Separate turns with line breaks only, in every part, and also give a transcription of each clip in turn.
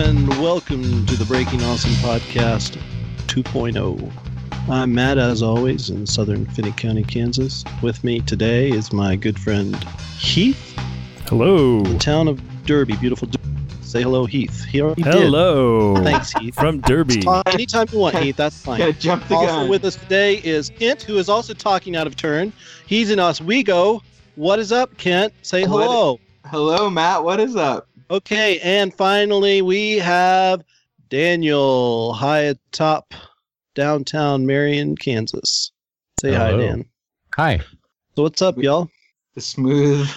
welcome to the Breaking Awesome Podcast 2.0. I'm Matt, as always, in southern Finney County, Kansas. With me today is my good friend Heath,
Hello.
the town of Derby. Beautiful. Derby. Say hello, Heath. He already did.
Hello.
Thanks, Heath.
From Derby.
Anytime you want, Heath, that's fine.
Gotta jump the
Also
gun.
with us today is Kent, who is also talking out of turn. He's in Oswego. What is up, Kent? Say
What-
hello.
Hello, Matt. What is up?
Okay, and finally we have Daniel high atop downtown Marion, Kansas. Say hi,
Hello.
Dan.
Hi.
So what's up, y'all?
The smooth.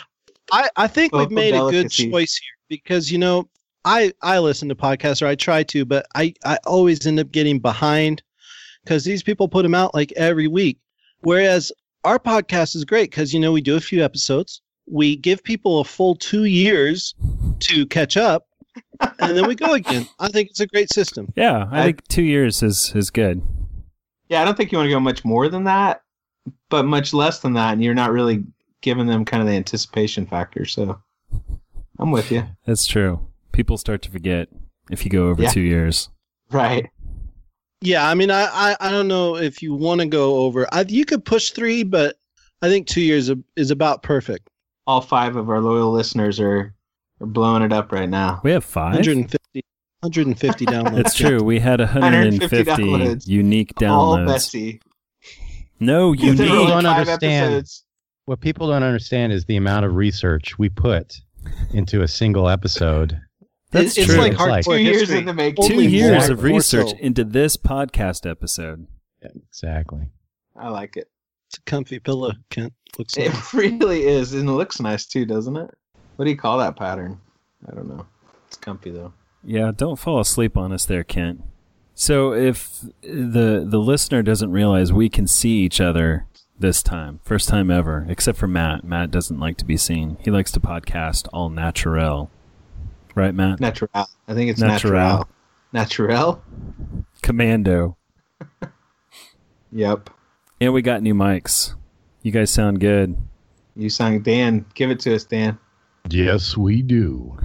I, I think we've
Local
made a good
delicacy.
choice here because you know I I listen to podcasts or I try to, but I I always end up getting behind because these people put them out like every week. Whereas our podcast is great because you know we do a few episodes, we give people a full two years to catch up, and then we go again. I think it's a great system.
Yeah, I
I-
think two years is is good.
Yeah, I don't think you want to go much more than that, but much less than that, and you're not really giving them kind of the anticipation factor. So, I'm with you.
That's true. People start to forget if you go over
Yeah.
two years.
Right.
Yeah, I mean, I I, I don't know if you want to go over. I, you could push three, but I think two years is about perfect.
All five of our loyal listeners are are blowing it up right now.
We have five.
150, 150 downloads.
That's true. We had 150,
150 downloads.
unique
All
downloads.
Bessie.
no,
They're
need-
only
unique.
don't
five
understand.
episodes.
What people don't understand is the amount of research we put into a single episode.
That's
it's
true.
like
It's
hardcore
like
Two years
history.
in the making.
Only
two years
more-
of
more
research
so.
into this podcast episode.
Exactly.
I like it.
It's a comfy pillow, Kent. Looks like.
It really is, and it looks nice too, doesn't it? What do you call that pattern? I don't know. It's comfy though.
Yeah, don't fall asleep on us there, Kent. So if the the listener doesn't realize we can see each other this time, first time ever, except for Matt. Matt doesn't like to be seen. He likes to podcast all natural. Right, Matt?
Natural. I think it's
Natural.
natural. Natural.
Commando.
Yep.
And we got new mics. You guys sound good.
You sang Dan. Give it to us, Dan.
Yes, we do.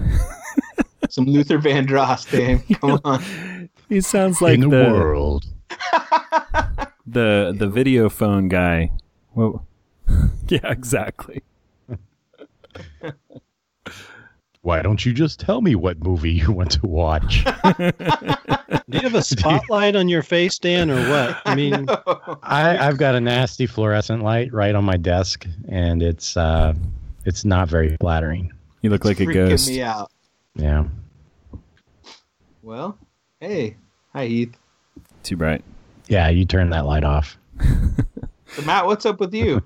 Some Luther Vandross, Dan. Come on.
He sounds like the
world.
the the video phone guy. Whoa. yeah, exactly.
Why don't you just tell me what movie you want to watch?
Do you have a spotlight on your face, Dan, or what? I mean,
I, I've got a nasty fluorescent light right on my desk, and it's uh, it's not very flattering.
You look like a
Freaking
ghost.
me out.
Yeah.
Well, hey. Hi, Heath.
Too bright.
Yeah, you turn that light off.
So, Matt, what's up with you?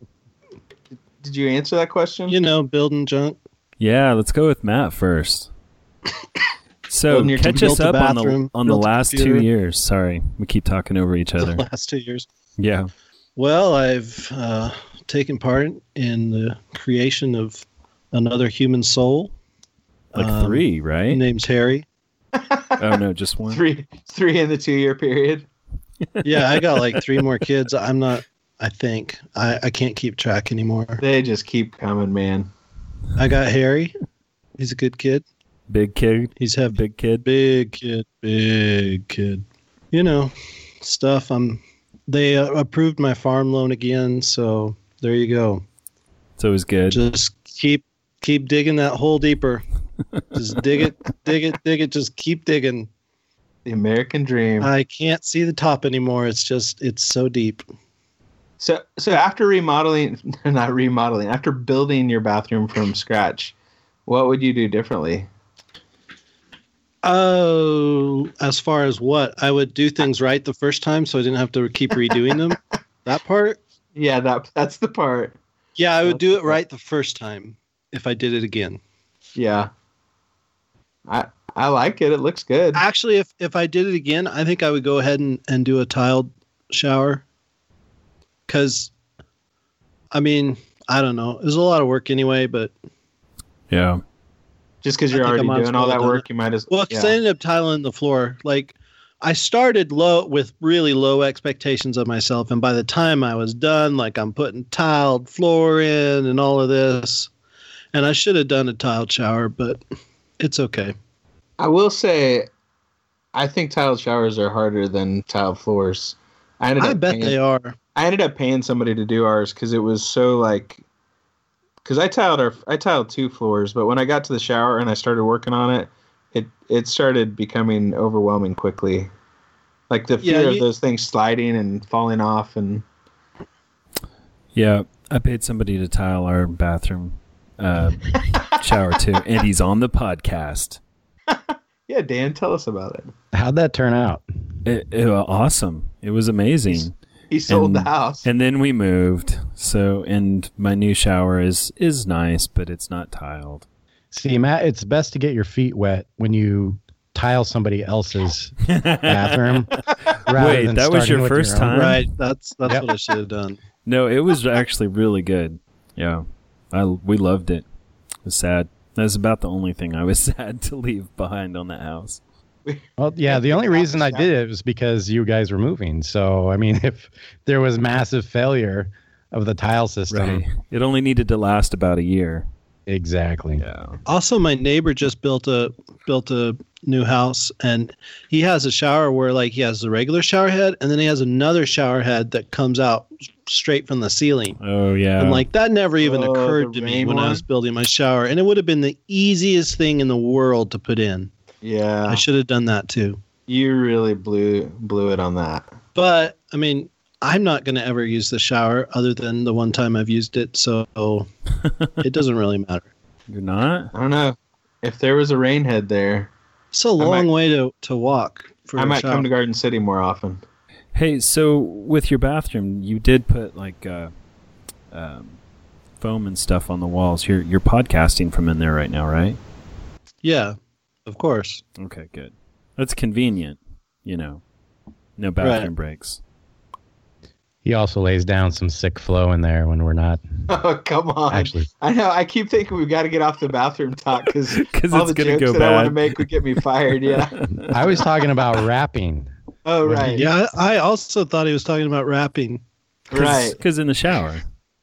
Did you answer that question?
you know, building junk.
Yeah, let's go with Matt first. So
Building your
catch
built
us
a
up on the
bathroom,
on the
built a
last two
computer.
years. Sorry, we keep talking over each
The
other.
last two years.
Yeah,
Well, I've uh, taken part in the creation of another human soul.
like
Um,
three, right?
Name's Harry.
oh no, just one.
Three, three in the two-year period.
Yeah, I got like three more kids. I'm not. I think I, I can't keep track anymore.
They just keep coming, man.
I got Harry. He's a good kid.
Big kid,
He's have
big kid.
big kid, big kid. You know, stuff. I'm. They uh, approved my farm loan again, so there you go.
It's always good.
Just keep keep digging that hole deeper. Just dig it, dig it, dig it. Just keep digging.
The American dream.
I can't see the top anymore. It's just it's so deep.
So, so after remodeling, not remodeling, after building your bathroom from scratch, what would you do differently?
Oh, as far as what I would do things right the first time, so I didn't have to keep redoing them. that part,
Yeah, that that's the part.
yeah, I would do it right the first time if I did it again.
Yeah, I I like it. It looks good.
actually if if i did it again i think i would go ahead and, and do a tiled shower because i mean i don't know there's a lot of work anyway but
Yeah,
Just because
I
you're
think I
already
might as
doing all
well
that
have done
work, you might as
well
well.
'cause i ended up tiling the floor like i started low with really low expectations of myself and by the time i was done like i'm putting tiled floor in and all of this and i should have done a tiled shower but it's okay
I will say, I think tiled showers are harder than tiled floors. I ended
I
up
bet
paying-
they are.
I ended up paying somebody to do ours because it was so like, because I tiled our I tiled two floors, but when I got to the shower and I started working on it, it it started becoming overwhelming quickly, like the
Yeah,
fear of
you-
those things sliding and falling off and
Yeah, I paid somebody to tile our bathroom uh, shower too, and he's on the podcast.
yeah. Dan, tell us about it.
How'd that turn out?
It, it was awesome. It was amazing.
He sold
And-
the house.
And then we moved. So, and my new shower is is nice, but it's not tiled.
See, Matt, it's best to get your feet wet when you tile somebody else's bathroom. rather
Wait,
than
that was
starting
your
with
first
own.
time?
Right. That's that's
Yep.
what I should have done.
No, it was actually really good. Yeah, I we loved it. It was sad. That's about the only thing I was sad to leave behind on that house.
Well, yeah, the only reason I did it was because you guys were moving. So, I mean, if there was massive failure of the tile
um,
system,
It only needed to last about a year.
exactly.
Yeah.
Also, my neighbor just built a built a new house, and he has a shower where like he has the regular shower head, and then he has another shower head that comes out straight from the ceiling.
Oh yeah.
And like that never even
Oh,
occurred
the
to me
rain
when I
one?
was building my shower, and it would have been the easiest thing in the world to put in. I
Yeah,
should have done that too.
you really blew blew it on that.
But I mean, I'm not going to ever use the shower other than the one time I've used it, so it doesn't really matter.
you're not.
I don't know if there was a rain head there.
It's a long way to, to walk for
I
a
might
shower.
come to Garden City more often.
Hey, so with your bathroom, you did put like uh, um, foam and stuff on the walls. You're you're podcasting from in there right now, right?
yeah, of course.
Okay, good. That's convenient. You know, no bathroom breaks.
He also lays down some sick flow in there when we're not
Oh come on!
actually.
I know. I keep thinking we've got to get off the bathroom talk because
Because
all
it's
the
gonna
jokes
go
that
bad.
I want to make would get me fired. Yeah.
I was talking about rapping.
Oh right.
Yeah, I I also thought he was talking about rapping.
Right.
Because in the shower,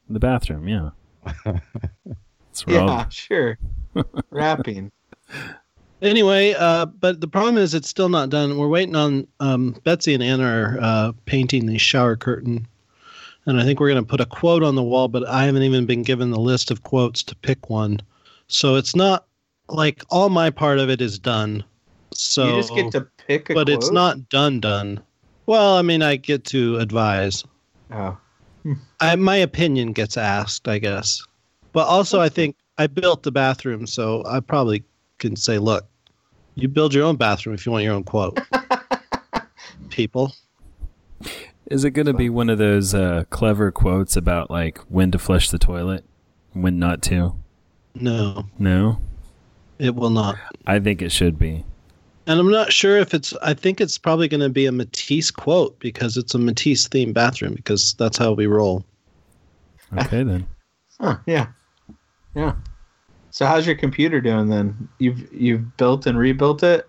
in the bathroom, yeah. That's where all-
Yeah. Sure. Rapping.
Anyway, uh, but the problem is it's still not done. We're waiting on um, Betsy and Anna are uh, painting the shower curtain, and I think we're going to put a quote on the wall. But I haven't even been given the list of quotes to pick one, so it's not like all my part of it is done. So,
you just get to pick a.
but it's
quote?
not done done. Well, I mean, I get to advise.
Oh.
I, my opinion gets asked, I guess. But also, I think I built the bathroom, so I probably can say, look, you build your own bathroom if you want your own quote. People.
Is it going to be one of those uh, clever quotes about like when to flush the toilet, and when not to?
No,
No,
it will not.
I think it should be.
And I'm not sure if it's, I think it's probably going to be a Matisse quote because it's a Matisse themed bathroom because that's how we roll.
Okay then.
Huh, yeah. Yeah. So how's your computer doing then? You've you've built and rebuilt it.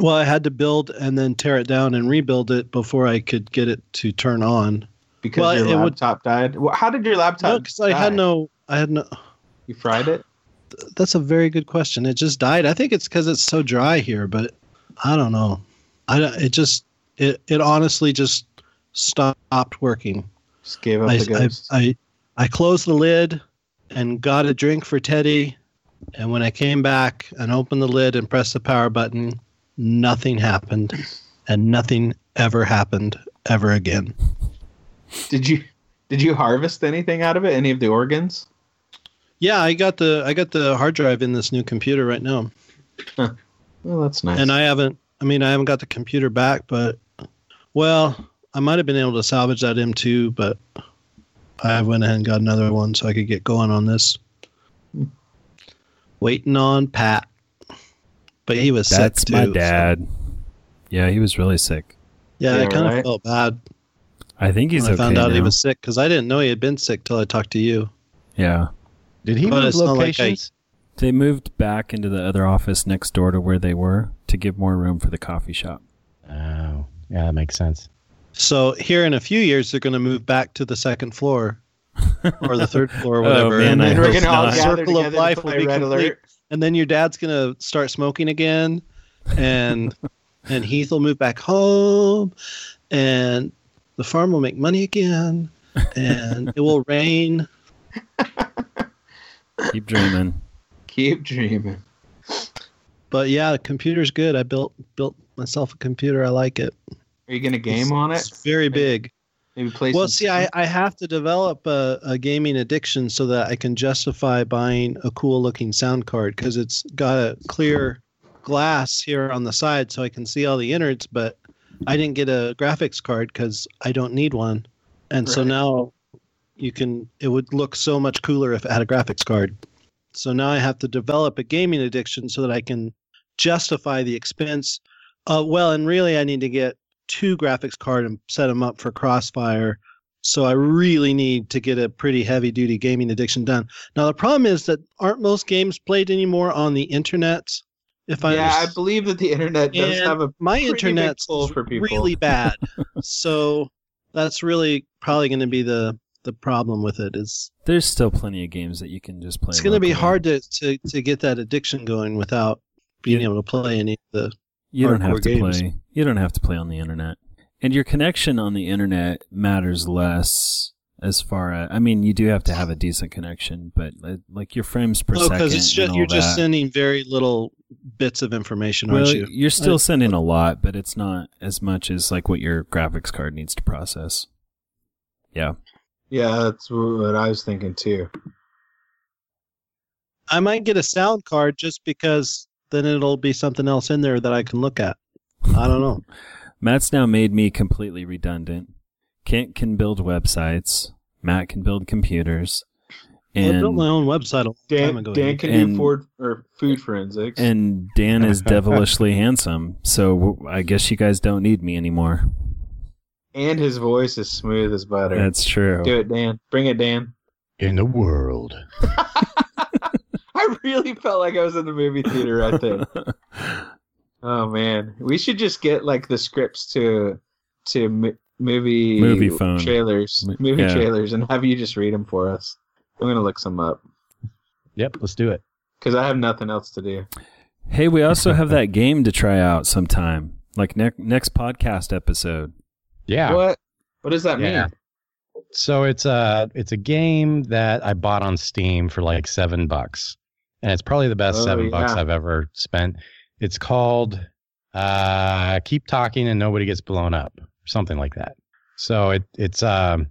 Well, I had to build and then tear it down and rebuild it before I could get it to turn on.
Because
Well,
your
it would-
laptop died. Well, How did your laptop?
No, because I had
die?
no, I had no,
You fried it.
That's a very good question. It just died. I think it's because it's so dry here, but I don't know. I don't- it just it it honestly just stopped working.
Just gave up
I,
the
I,
ghost.
I I closed the lid and got a drink for Teddy, and when I came back and opened the lid and pressed the power button, nothing happened, and nothing ever happened ever again.
Did you did you harvest anything out of it? Any of the organs?
Yeah, I got the I got the hard drive in this new computer right now.
Well, that's nice.
and I haven't. I mean, I haven't got the computer back, but well, I might have been able to salvage that M2, but I went ahead and got another one so I could get going on this. Waiting on Pat, but he was
That's
sick
my
too, so-
dad. Yeah, he was really sick.
yeah, I
Yeah,
kind of
right.
felt bad
I think he's
when I
okay
found out he
now.
was sick because I didn't know he had been sick till I talked to you.
Yeah,
Did he
But
move
it's not like I-
locations?
they moved back into the other office next door to where they were to give more room for the coffee shop.
Oh, yeah, that makes sense.
So here in a few years, they're going to move back to the second floor or the third floor or
Oh,
whatever,
man,
and,
I
then,
and we're
hope
gonna all
not.
gather
Circle of
together to
life will
play
be
Red
complete.
Alert.
and then your dad's going to start smoking again. and and Heath will move back home, and the farm will make money again, and it will rain.
Keep dreaming.
Keep dreaming.
But yeah, the computer's good. I built built myself a computer. I like it.
Are you gonna game on it?
It's very big.
Maybe play.
Well,
some-
see, I, I have to develop a, a gaming addiction so that I can justify buying a cool looking sound card because it's got a clear glass here on the side so I can see all the innards. But I didn't get a graphics card because I don't need one. And so
Right.
now you can, it would look so much cooler if it had a graphics card. So now I have to develop a gaming addiction so that I can justify the expense. Uh, well, and really, I need to get two graphics card and set them up for Crossfire. So I really need to get a pretty heavy duty gaming addiction done. Now the problem is that aren't most games played anymore on the internet? If I
yeah, I
understand-
believe that the internet does
And
have a
my
pretty big
internet's
pull for people.
really bad, so that's really probably going to be the the problem with it. Is
There's still plenty of games that you can just play.
it's going to be
locally.
hard to, to to get that addiction going without being able to play any of the
You don't have
hardcore
to
games.
play. You don't have to play on the internet, and your connection on the internet matters less. As far as I mean, you do have to have a decent connection, but uh, like your frames per
no
second,
because it's
and
just
all
you're just
that.
sending very little bits of information,
Well,
aren't you?
you're still sending a lot, but it's not as much as like what your graphics card needs to process. Yeah,
Yeah, that's what I was thinking too.
I might get a sound card just because then it'll be something else in there that I can look at. I don't know.
Matt's now made me completely redundant. Kent can build websites. Matt can build computers.
I built my
And
own website a long time
Dan,
ago.
Dan can
And-
do Ford or food forensics.
and Dan is devilishly handsome. So w- I guess you guys don't need me anymore.
And his voice is smooth as butter.
That's true.
Do it, Dan. Bring it, Dan.
in the world.
I really felt like I was in the movie theater right there. oh man, we should just get like the scripts to to m- movie
Movie phone.
trailers,
Mo-
movie
yeah.
trailers, and have you just read them for us. I'm gonna look some up
Yep, let's do it.
because I have nothing else to do.
hey, we also have that game to try out sometime. Like ne- next podcast episode.
Yeah.
What? What does that
Yeah.
mean?
So it's a it's a game that I bought on Steam for like seven bucks, and it's probably the best
Oh,
seven bucks
yeah.
I've ever spent. It's called uh, "Keep Talking and Nobody Gets Blown Up" or something like that. So it it's um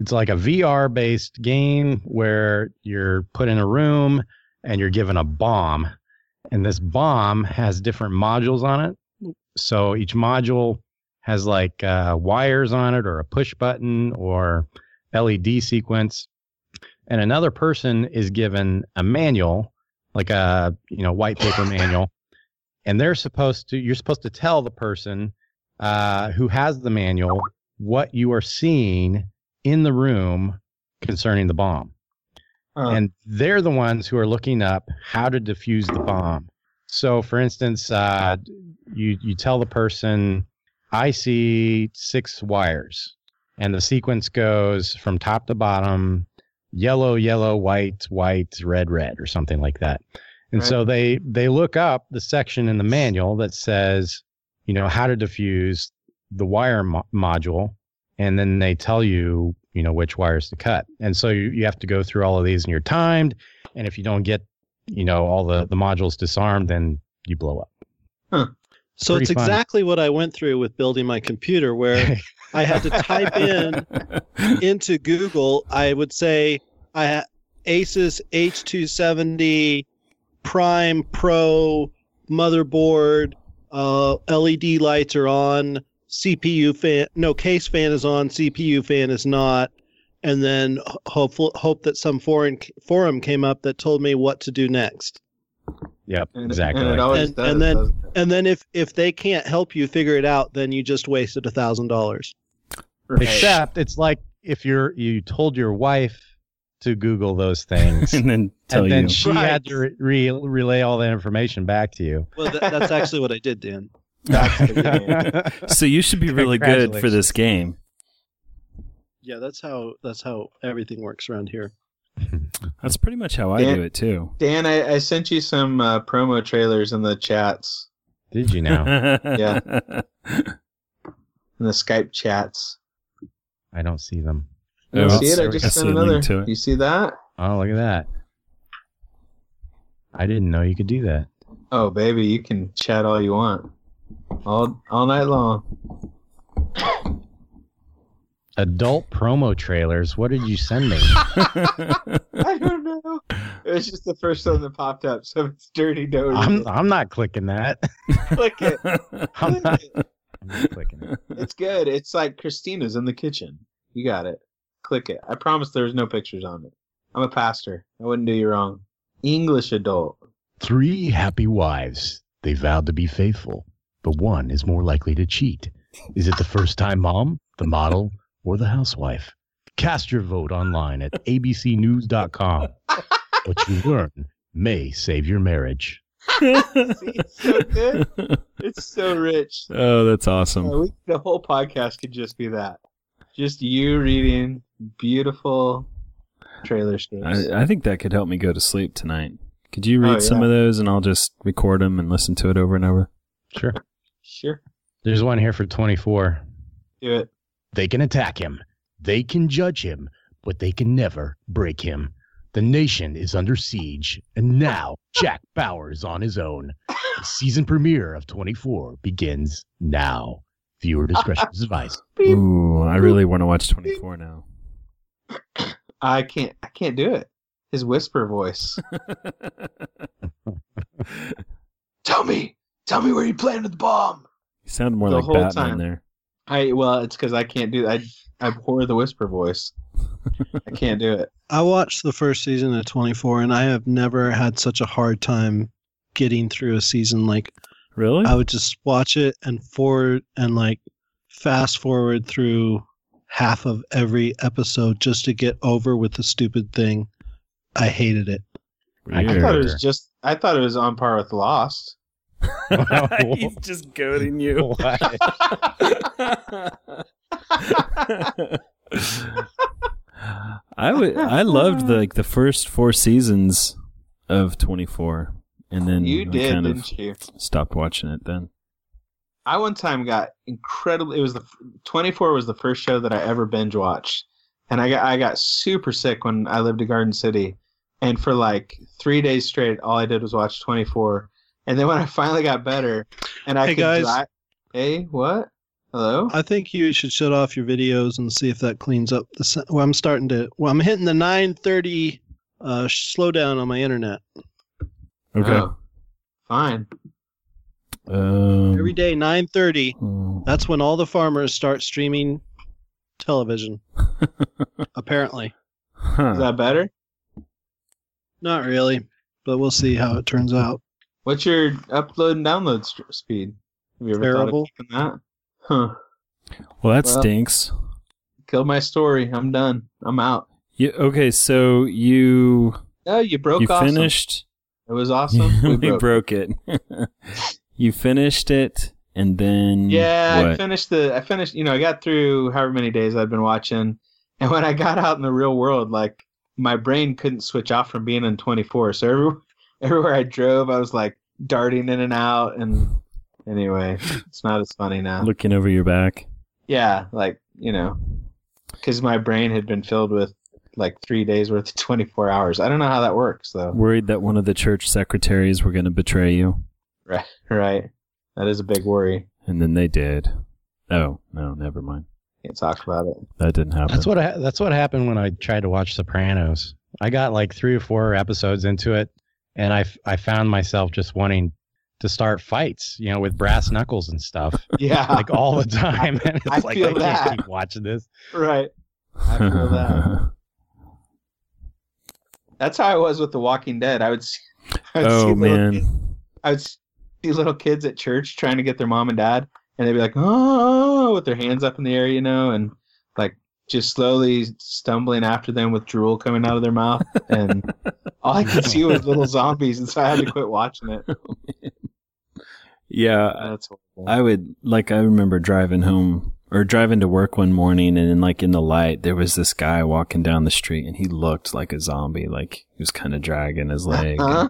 it's like a VR based game where you're put in a room and you're given a bomb, and this bomb has different modules on it. So each module has like uh, wires on it or a push button or LED sequence. And another person is given a manual, like a you know white paper manual, and they're supposed to you're supposed to tell the person uh, who has the manual what you are seeing in the room concerning the bomb
Huh.
and they're the ones who are looking up how to defuse the bomb. So, for instance, uh, you you tell the person, "I see six wires," and the sequence goes from top to bottom, yellow, yellow, white, white, red, red, or something like that. And so they they look up the section in the manual that says, you know, how to defuse the wire mo- module, and then they tell you you know which wires to cut and so you, you have to go through all of these and you're timed and if you don't get you know all the the modules disarmed then you blow up
So it's
Pretty fun.
exactly what I went through with building my computer, where I had to type in into Google. I would say I ha- Asus H270 Prime Pro motherboard. Uh, LED lights are on. CPU fan, no case fan is on. CPU fan is not. And then ho- hopeful hope that some foreign c- forum came up that told me what to do next.
yep
And-
exactly
And it
like
always
And-
does.
and then-
doesn't it?
And then if if they can't help you figure it out, then you just wasted a thousand dollars.
that.
Right.
except it's like if you're you told your wife to google those things
and then tell
and then
you.
she had to re- re- relay all that information back to you
Well, that, that's actually what I did, Dan.
That's the
so you should be really good for
Congratulations.
this game.
Yeah, that's how that's how everything works around here.
That's pretty much how I
Yeah.
do it too.
Dan, I, I sent you some uh, promo trailers in the chats.
Did you now?
yeah.
in the Skype chats.
I don't see them.
You
Oh,
see it? I
sorry.
I
just
see
sent
a link
another.
to it.
You see that?
Oh, look at that. I didn't know you could do that.
Oh, baby, you can chat all you want, all all night long.
Adult promo trailers. What did you send me?
I don't know. It was just the first one that popped up, so if it's dirty. Don't read
I'm, I'm not clicking that.
it. click it.
I'm
Click
not,
it.
I'm not clicking it.
It's good. It's like Christina's in the kitchen. You got it. Click it. I promise there's no pictures on it. I'm a pastor. I wouldn't do you wrong. English adult.
Three happy wives. They vowed to be faithful, but one is more likely to cheat. Is it the first time mom, the model, or the housewife? Cast your vote online at abcnews.com. What you learn may save your marriage.
See, it's so good. It's so rich.
oh, that's awesome.
Uh, we, the whole podcast could just be that. Just you reading beautiful trailer scripts.
I, I think that could help me go to sleep tonight. Could you
Oh,
read some
yeah.
of those and I'll just record them and listen to it over and over?
Sure.
sure.
There's one here for 24.
Do it.
They can attack him. They can judge him, but they can never break him. The nation is under siege, and now Jack Bauer is on his own. The season premiere of 24 begins now. Viewer discretion is advised.
Beep.
Ooh, I really want to watch 24 now.
I can't. I can't do it. His whisper voice. tell me. Tell me where you planted the bomb.
You sound more
The
like
whole
Batman
time.
there.
I well, it's because I can't do. I I abhor the whisper voice. I can't do it.
I watched the first season of 24 and I have never had such a hard time getting through a season like
Really?
I would just watch it and forward and like fast forward through half of every episode just to get over with the stupid thing. I hated it.
I
I thought it
Sure.
was just. I thought it was on par with Lost.
was-
He's just goading you. I would. I loved the, like the first four seasons of 24, and then
You
I
did,
kind of
didn't you?
stopped watching it. Then
I one time got incredibly. It was the 24 was the first show that I ever binge watched, and I got I got super sick when I lived in Garden City, and for like three days straight, all I did was watch 24. And then when I finally got better, and I
Hey,
could
guys.
drive- hey, what? Hello.
I think you should shut off your videos and see if that cleans up the. se- Well, I'm starting to. Well, I'm hitting the 9:30 uh, slowdown on my internet
okay.
Oh, fine.
Um,
every day 9:30.
hmm.
That's when all the farmers start streaming television. apparently,
Is
Huh.
that better?
not really, but we'll see how it turns out.
What's your upload and download st- speed? Have you ever
Terrible.
thought of keeping that? Huh.
Well, that
Well-
stinks.
Killed my story. I'm done. I'm out.
You, okay, so you
Oh, you broke
you
awesome.
finished.
It was awesome.
we
We
broke,
broke.
it. you finished it, and then
Yeah, I
what?
finished the. I finished. You know, I got through however many days I'd been watching, and when I got out in the real world, like my brain couldn't switch off from being in 24. So every, everywhere I drove, I was like darting in and out. And anyway, it's not as funny now.
looking over your back.
Yeah, like you know, because my brain had been filled with like three days worth of 24 hours. I don't know how that works though.
worried that one of the church secretaries were going to betray you,
Right, right. That is a big worry.
and then they did. Oh no, never mind.
Can't talk about it.
That didn't happen.
That's what I, that's what happened when I tried to watch Sopranos. I got like three or four episodes into it, and I, f- I found myself just wanting to start fights, you know, with brass knuckles and stuff,
Yeah,
like all the time. And it's
I
like
feel
I
that.
can't keep watching this.
right. I feel that. That's how I was with The Walking Dead. I would see, I would see
oh
little kids-
man,
I would see little kids at church trying to get their mom and dad, and they'd be like, "Oh," with their hands up in the air, you know, and like just slowly stumbling after them with drool coming out of their mouth, and all I could see was little zombies, and so I had to quit watching it.
yeah.
That's horrible.
I would like. I remember driving home or driving to work one morning, and then like in the light, there was this guy walking down the street, and he looked like a zombie. Like he was kind of dragging his leg.
Uh-huh.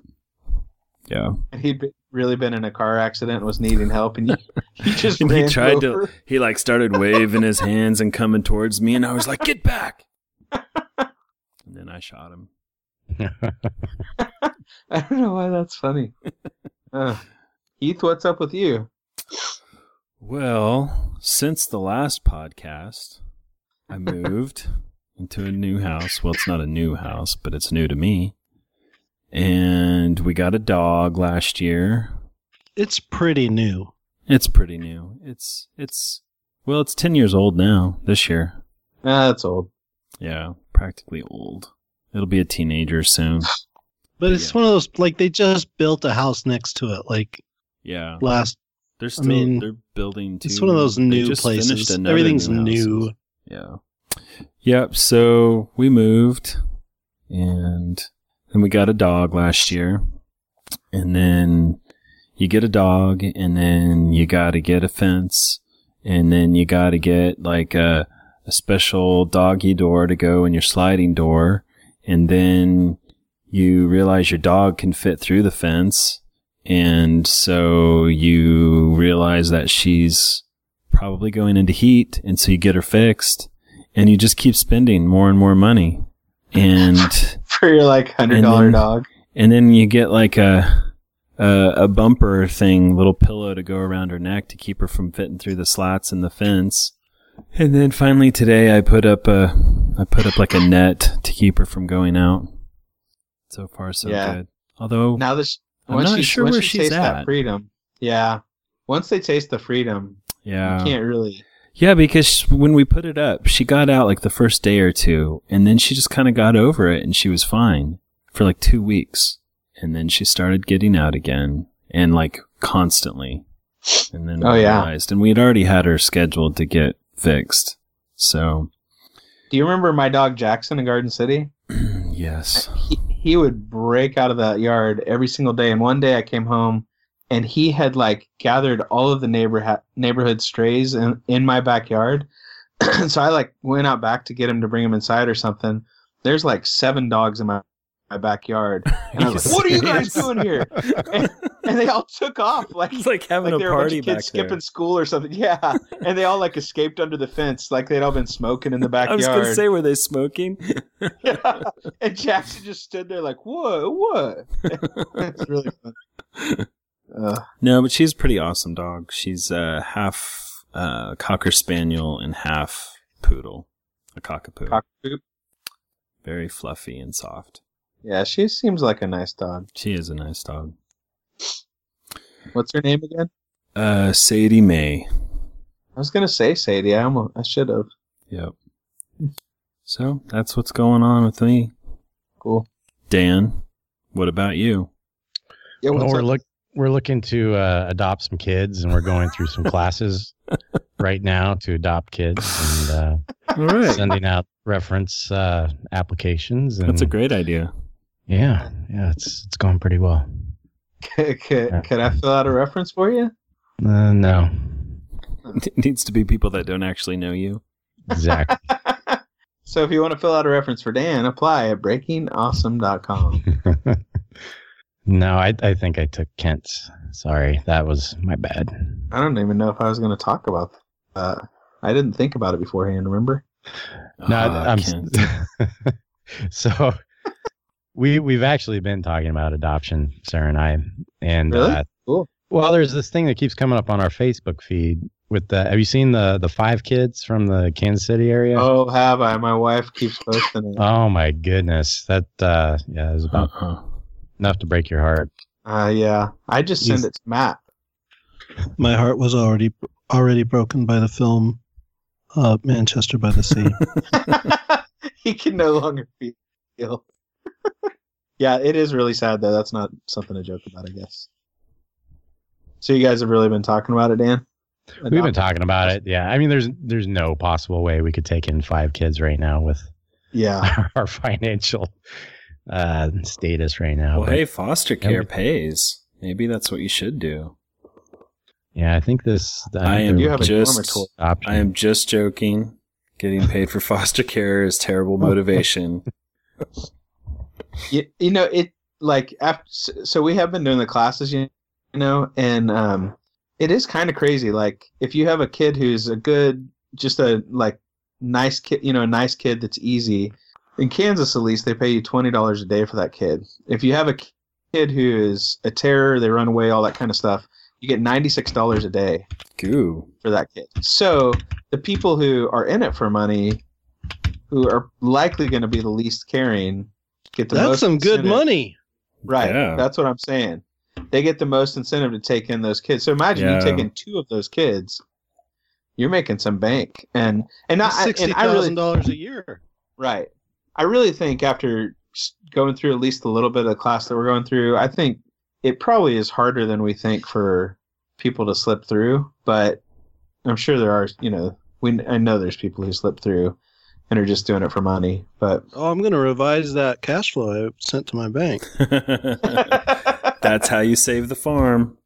Yeah.
And he'd be, really been in a car accident and was needing help, and you, you just
And he
ran
tried to-
over.
He like started waving his hands and coming towards me, and I was like, "Get back!" and then I shot him.
I don't know why that's funny. uh, Heath, what's up with you?
Well, since the last podcast, I moved into a new house. Well, it's not a new house, but it's new to me. And we got a dog last year.
It's pretty new.
It's pretty new. It's it's well, it's 10 years old now this year.
Ah, that's old.
Yeah, practically old. It'll be a teenager soon.
But it's one of those like they just built a house next to it like
Yeah.
last.
They're still
mean,
they're building two.
It's one of those
they
new
just finished
places.
another
Everything's new.
house. Yeah. Yep. So we moved, and then we got a dog last year, and then you get a dog, and then you got to get a fence, and then you got to get like a, a special doggy door to go in your sliding door, and then you realize your dog can fit through the fence. And so you realize that she's probably going into heat and so you get her fixed and you just keep spending more and more money and
For your like hundred dollar
And then-
dog.
and then you get like a, a a bumper thing little pillow to go around her neck to keep her from fitting through the slats in the fence and then finally today i put up a i put up like a net to keep her from going out so far so
Yeah.
good although
Now this
I'm
once
not
you
sure
once
where
you
she's
taste
at.
that freedom. Yeah. Once they taste the freedom,
yeah
you can't really
Yeah, because when we put it up, she got out like the first day or two, and then she just kind of got over it and she was fine for like two weeks. And then she started getting out again and like constantly. And then
Oh,
we
yeah.
realized, and we had already had her scheduled to get fixed. So,
Do you remember my dog Jackson in Garden City?
yes.
He, he would break out of that yard every single day. And one day I came home and he had like gathered all of the neighbor ha- neighborhood strays in, in my backyard. so I like went out back to get him to bring him inside or something. There's like seven dogs in my, my backyard. And I was like,
Yes.
what are you guys doing here? And, and they all took off. Like,
It's like having
like
a
there were a bunch
party
of
back
kids skipping
there.
school or something. Yeah. and they all like escaped under the fence. Like they'd all been smoking in the
I
backyard.
was going to say, were they smoking?
Yeah. And Jackson just stood there like, what? What? it's really funny. Uh,
No, but she's a pretty awesome dog. She's uh, half uh, cocker spaniel and half poodle, a cockapoo.
cock poop.
Very fluffy and soft.
Yeah, she seems like a nice dog.
She is a nice dog.
What's her name again?
Uh, Sadie May.
I was gonna say Sadie. I almost, I should have.
Yep. So that's what's going on with me,
Cool.
Dan. What about you?
Yeah,
Well,
what's
we're
up?
look we're looking to uh, adopt some kids, and we're going through some classes right now to adopt kids and
All
uh,
right,
sending out reference uh, applications. And
that's a great idea.
yeah, yeah. It's it's going pretty well.
could, could, could I fill out a reference for you?
Uh, no,
It needs to be people that don't actually know you.
exactly.
so if you want to fill out a reference for Dan, apply at breakingawesome.com.
no, I I think I took Kent's. Sorry, that was my bad.
I don't even know if I was going to talk about that. I didn't think about it beforehand, remember?
No,
Ah,
I'm
Kent.
so we we've actually been talking about adoption, Sarah and I, and
Really?
uh,
Cool.
Well, there's this thing that keeps coming up on our Facebook feed with the. Have you seen the the five kids from the Kansas City area?
Oh, have I? My wife keeps posting it.
Oh my goodness, that uh, yeah, it was about
Uh-uh.
enough to break your heart.
Uh, yeah. I just send it to Matt.
My heart was already already broken by the film uh, Manchester by the Sea.
he can no longer feel. yeah, it is really sad though. That's not something to joke about, I guess. So you guys have really been talking about it, Dan?
We've been talking about it. Yeah, I mean, there's there's no possible way we could take in five kids right now with
Yeah.
our financial uh, status right now.
Well,
but-
hey, foster care
Yeah.
pays. Maybe that's what you should do.
Yeah, I think this. I,
I
think
am
there
You have a
was
just-
former tool.
an option.
I am just joking. Getting paid for foster care is terrible motivation.
You, you know, it like after so we have been doing the classes, you you know and um it is kind of crazy like if you have a kid who's a good just a like nice kid you know a nice kid that's easy in kansas at least they pay you $20 a day for that kid if you have a kid who is a terror they run away all that kind of stuff you get $96 a day
Goo.
for that kid so the people who are in it for money who are likely going to be the least caring get the
That's
most
some good
incentive.
money.
Right.
Yeah.
That's what I'm saying. They get the most incentive to take in those kids. So imagine
Yeah.
you taking two of those kids, you're making some bank. And and I
That's
I-
sixty
and I
thousand
really
dollars a year.
right. I really think after s- going through at least a little bit of the class that we're going through, I think it probably is harder than we think for people to slip through. But I'm sure there are. You know, we I know there's people who slip through and are just doing it for money. But
Oh, I'm gonna revise that cash flow I sent to my bank.
That's how you save the farm.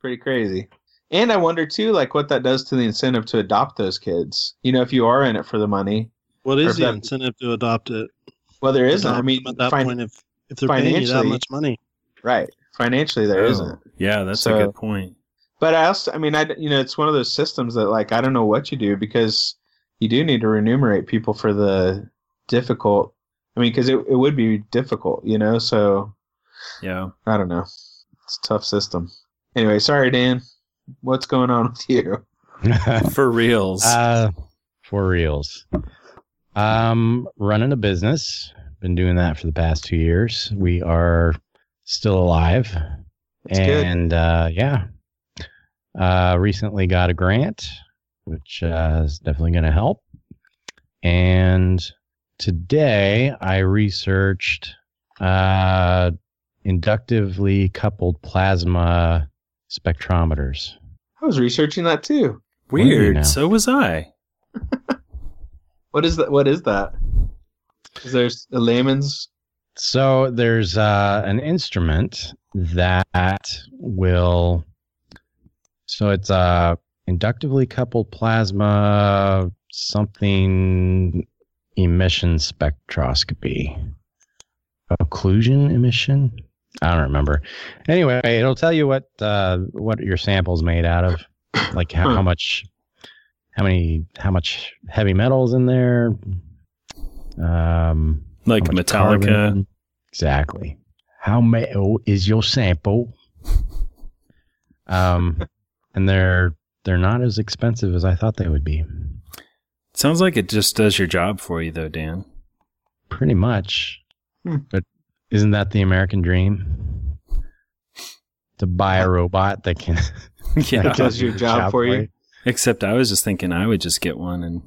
pretty crazy. And I wonder too, like what that does to the incentive to adopt those kids. You know, if you are in it for the money,
What
Or
is
if
the
that-
incentive to adopt it?
well, there isn't. I
Adopt
mean,
them at that
fin-
point, if if they're paying you that
financially-
much money,
right? Financially, there
Oh.
not
Yeah, that's a
So-
good point.
But I also, I mean, I you know, it's one of those systems that like I don't know what you do because you do need to remunerate people for the difficult. I mean, because it it would be difficult, you know. So
Yeah.
I don't know. It's a tough system. Anyway, sorry, Dan. What's going on with you?
For reals.
Uh, for reals. Um, running a business. Been doing that for the past two years. We are still alive,
That's good.
and uh, yeah, uh, recently got a grant, which uh, is definitely going to help. And today I researched uh, inductively coupled plasma spectrometers.
I was researching that too.
weird now.
Weird. So was I.
What is that? What is that? Is there a layman's?
So there's uh, an instrument that will. So it's uh, inductively coupled plasma something emission spectroscopy. Occlusion emission? I don't remember. Anyway, it'll tell you what uh, what your sample's made out of, like how, how much, how many, how much heavy metals in there. Um,
Like
how much
Metallica.
carbon. Exactly. How metal is your sample? um, and they're they're not as expensive as I thought they would be.
Sounds like it just does your job for you, though, Dan.
Pretty much.
Hmm.
But isn't that the American dream? To buy a robot that can
yeah.
that
does your job for you.
Except I was just thinking I would just get one and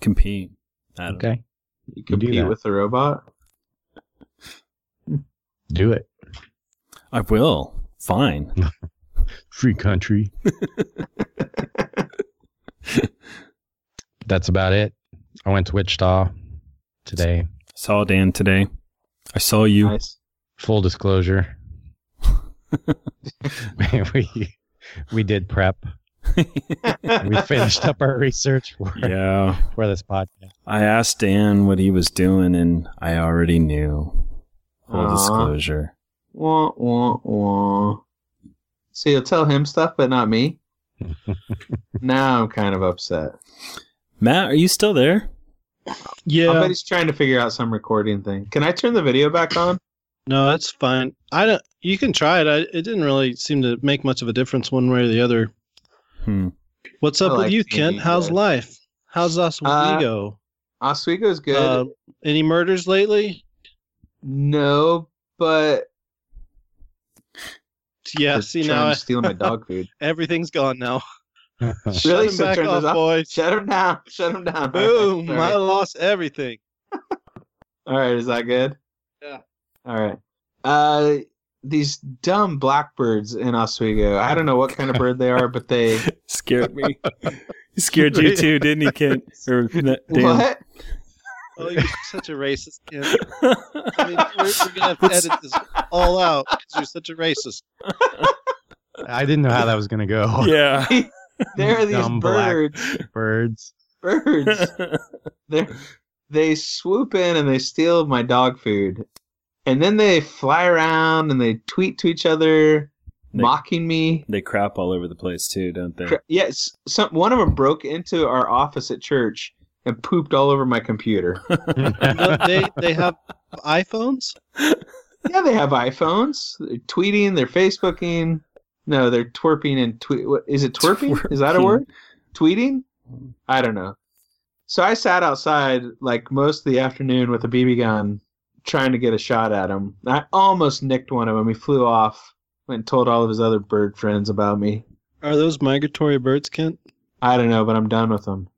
compete. I don't
Okay,
You
can do
compete
that.
with the robot.
do it.
I will. Fine.
Free country. That's about it. I went to Wichita today.
Saw Dan today. I saw you.
Nice.
full disclosure we we did prep we finished up our research for,
yeah.
for this podcast
I asked Dan what he was doing, and I already knew. Full
Aw.
disclosure.
Wah, wah, wah. So you'll tell him stuff, but not me. now I'm kind of upset.
Matt, are you still there?
I bet
yeah,
he's trying to figure out some recording thing. Can I turn the video back on?
no, that's fine. I don't. You can try it. I, it didn't really seem to make much of a difference one way or the other.
Hmm.
What's
I
up with
like
you,
seeing
Kent?
you
How's
guys.
life? How's Oswego?
Oswego's good.
Uh, any murders lately?
no, but
Yeah.
just
See
trying
now
to steal my dog food.
everything's gone now. Shut
Really?
him
So
back
turn
off,
this off?
boys.
Shut him down. Shut him down.
Boom!
All right,
I lost everything.
All right, is that good?
Yeah.
All right. Uh, these dumb blackbirds in Oswego. I don't know what kind of bird they are, but they
Scared me. He scared you too, didn't he, Kent? Or, no, Dan.
what?
Oh, you're such a racist, Kent. I mean, we're, we're gonna have to edit this all out because you're such a racist.
i didn't know how that was going to go
yeah.
There are these
Dumb black-
birds.
birds
Birds. they they swoop in and they steal my dog food, and then they fly around and they tweet to each other.
They-
mocking me.
They crap all over the place too, don't they?
Cra- Yes, some one of them broke into our office at church and pooped all over my computer.
No, they they have iPhones.
yeah, they have iPhones. They're tweeting. They're Facebooking. No, they're twerping and tweet. What is it? Twerping? Is that a
Twerping.
word? Tweeting? I don't know. So I sat outside like most of the afternoon with a BB gun, trying to get a shot at him. I almost nicked one of them. He flew off and told all of his other bird friends about me.
Are those migratory birds, Kent?
I don't know, but I'm done with them.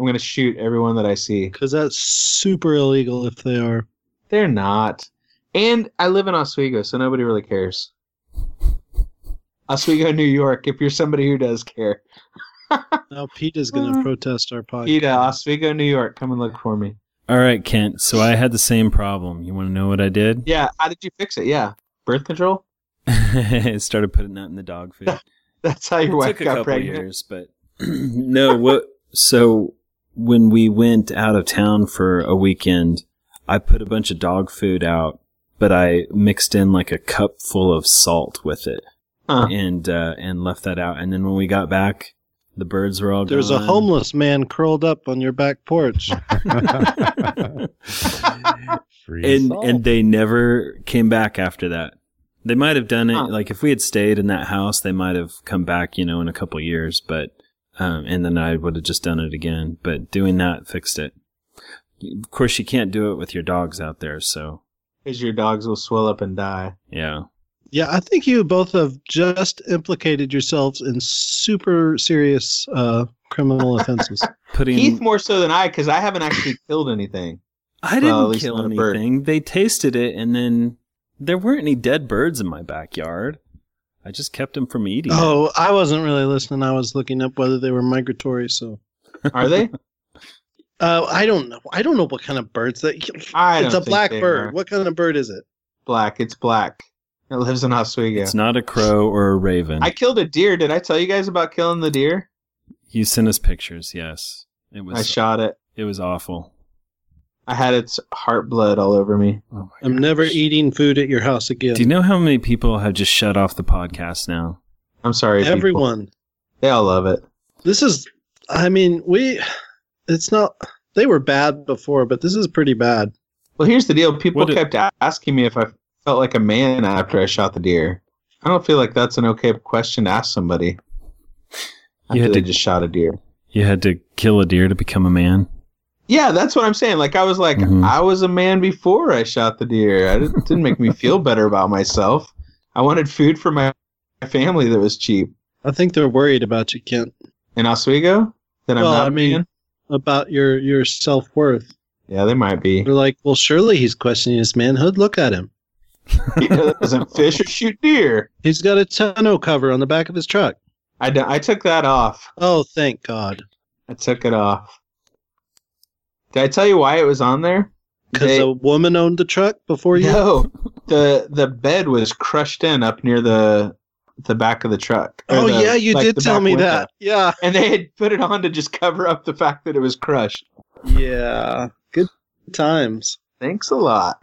I'm gonna shoot everyone that I see.
Because that's super illegal if they are.
They're not. And I live in Oswego, so nobody really cares. Oswego, New York, if you're somebody who does care.
Now PETA's going to protest our podcast.
Ida, Oswego, New York, come and look for me.
All right, Kent. So I had the same problem. You want to know what I did?
Yeah, how did you fix it? Yeah. Birth control?
Started putting that in the dog food.
That's how your
it
wife
took a
got
couple
pregnant.
years, but no. What? So when we went out of town for a weekend, I put a bunch of dog food out, but I mixed in like a cup full of salt with it,
Huh.
and uh, and left that out. And then when we got back, the birds were all
There's a
gone.
homeless man curled up on your back porch.
Free
and
salt.
and they never came back after that. They might have done it
Huh.
like if we had stayed in that house, they might have come back, you know, in a couple years. But um, and then I would have just done it again. But doing that fixed it. Of course, you can't do it with your dogs out there. So
Because your dogs will swell up and die.
yeah,
yeah, I think you both have just implicated yourselves in super serious uh, criminal offenses.
putting
Keith more so than I, because I haven't actually killed anything.
I didn't
well, at least
kill
not a bird.
anything. They tasted it, and then there weren't any dead birds in my backyard. I just kept them from eating. it.
Oh, I wasn't really listening. I was looking up whether they were migratory. So
Are they?
uh, I don't know. I don't know what kind of birds that.
I don't
It's a
think
black
they
bird.
are.
What kind of bird is it?
Black. It's black. It lives in Oswego.
it's not a crow or a raven.
I killed a deer. Did I tell you guys about killing the deer?
You sent us pictures, yes. It was
I shot it.
it was awful.
I had its heart blood all over me.
Oh
I'm never eating food at your house again.
Do you know how many people have just shut off the podcast now?
I'm sorry. people.
Everyone.
They all love it.
This is. I mean, we. It's not. They were bad before, but this is pretty bad.
Well, here's the deal. People
What did-
kept a- asking me if I felt like a man after I shot the deer. I don't feel like that's an okay question to ask somebody. After
You had
they
to-
just shot a deer.
You had to kill a deer to become a man.
Yeah, that's what I'm saying. Like I was like,
Mhm.
I was a man before I shot the deer. I didn't, didn't make me feel better about myself. I wanted food for my my family that was cheap
I think they're worried about you, Kent.
in Oswego. Then I'm
Well,
not
I
a
mean-
man?
About your your self worth.
Yeah, they might be.
They're like, well, surely he's questioning his manhood. Look at him.
he doesn't fish or shoot deer.
He's got a tonneau cover on the back of his truck.
I, d- I took that off.
Oh, thank God,
I took it off. Did I tell you why it was on there?
because
They-
a woman owned the truck before you.
no, the the bed was crushed in up near the the back of the truck. or
Oh
the-
yeah, you
like,
did
the
tell
back
me
window.
that. Yeah,
And they had put it on to just cover up the fact that it was crushed.
yeah. Good times.
Thanks a lot.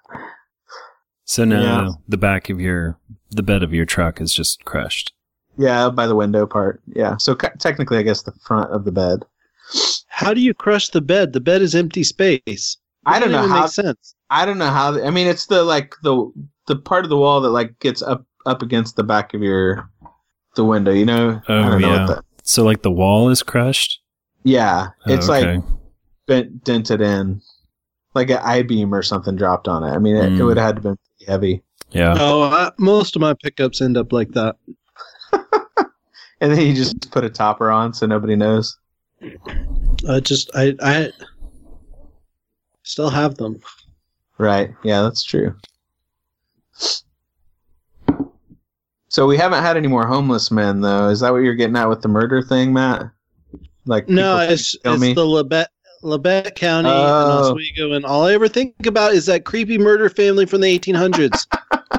So now
Yeah.
the back of your the bed of your truck is just crushed.
Yeah, by the window part. Yeah. So ca- technically, I guess the front of the bed.
How do you crush the bed? The bed is empty space.
I
Doesn't
don't know
even
how.
Make sense.
I don't know how. I mean, it's the like the the part of the wall that like gets up up against the back of your the window. You know.
Oh,
I don't know
yeah.
what the,
So like the wall is crushed.
yeah.
Oh,
It's like
okay.
bent, dented in, like an I beam or something dropped on it. I mean, it, it
Mm.
would have had to been pretty heavy.
yeah.
Oh, I, most of my pickups end up like that.
And then you just put a topper on so nobody knows.
I just I I still have them.
Right? Yeah, that's true. So we haven't had any more homeless men, though. Is that what you're getting at with the murder thing, Matt? Like
No,
people
it's
kill
it's
me?
the Labette Labette County
Oh.
and Oswego, and all I ever think about is that creepy murder family from the 1800s.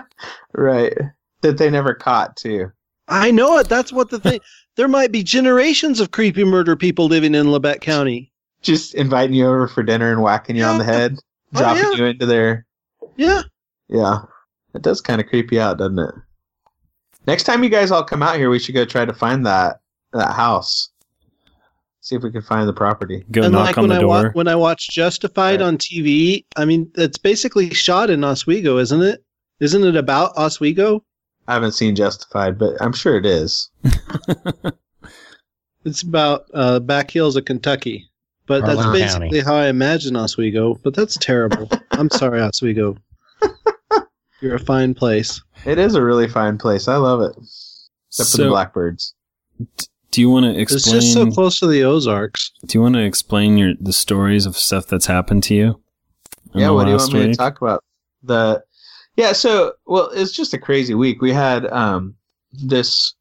right that they never caught too.
I know it. That's what the thing. there might be generations of creepy murder people living in Labette County.
Just inviting you over for dinner and whacking you on the
Yeah.
head,
Oh,
dropping
yeah.
you into their
Yeah,
Yeah. It does kind of creep you out, doesn't it? Next time you guys all come out here, we should go try to find that that house. See if we can find the property.
Go
and
knock
like
on
when
the
I
door.
wa- when I watch Justified
Right.
on TV, I mean it's basically shot in Oswego, isn't it? Isn't it about Oswego?
I haven't seen Justified, but I'm sure it is.
It's about uh, back hills of Kentucky, but that's
Harlan County.
basically how I imagine Oswego. But that's terrible. I'm sorry, Oswego. You're a fine place.
It is a really fine place. I love it. Except for the
So,
blackbirds.
do you want to
It's
explain?
just so close to the Ozarks.
do you want to explain your the stories of stuff that's happened to you? in
yeah
the
what do you
last
want me to
week?
talk about the yeah so well it's just a crazy week we had um this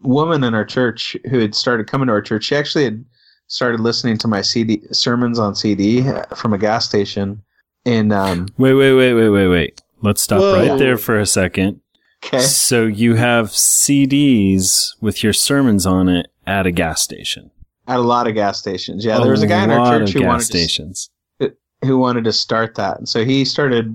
woman in our church who had started coming to our church she actually had started listening to my cd sermons on cd from a gas station in um
Wait, wait, wait, wait, wait, wait. Let's stop
Whoa.
right there for a second.
okay
So you have CDs with your sermons on it at a gas station.
at a lot of gas stations yeah there was a guy in
lot
our church
of
who
gas
wanted to
stations.
who wanted to start that and so he started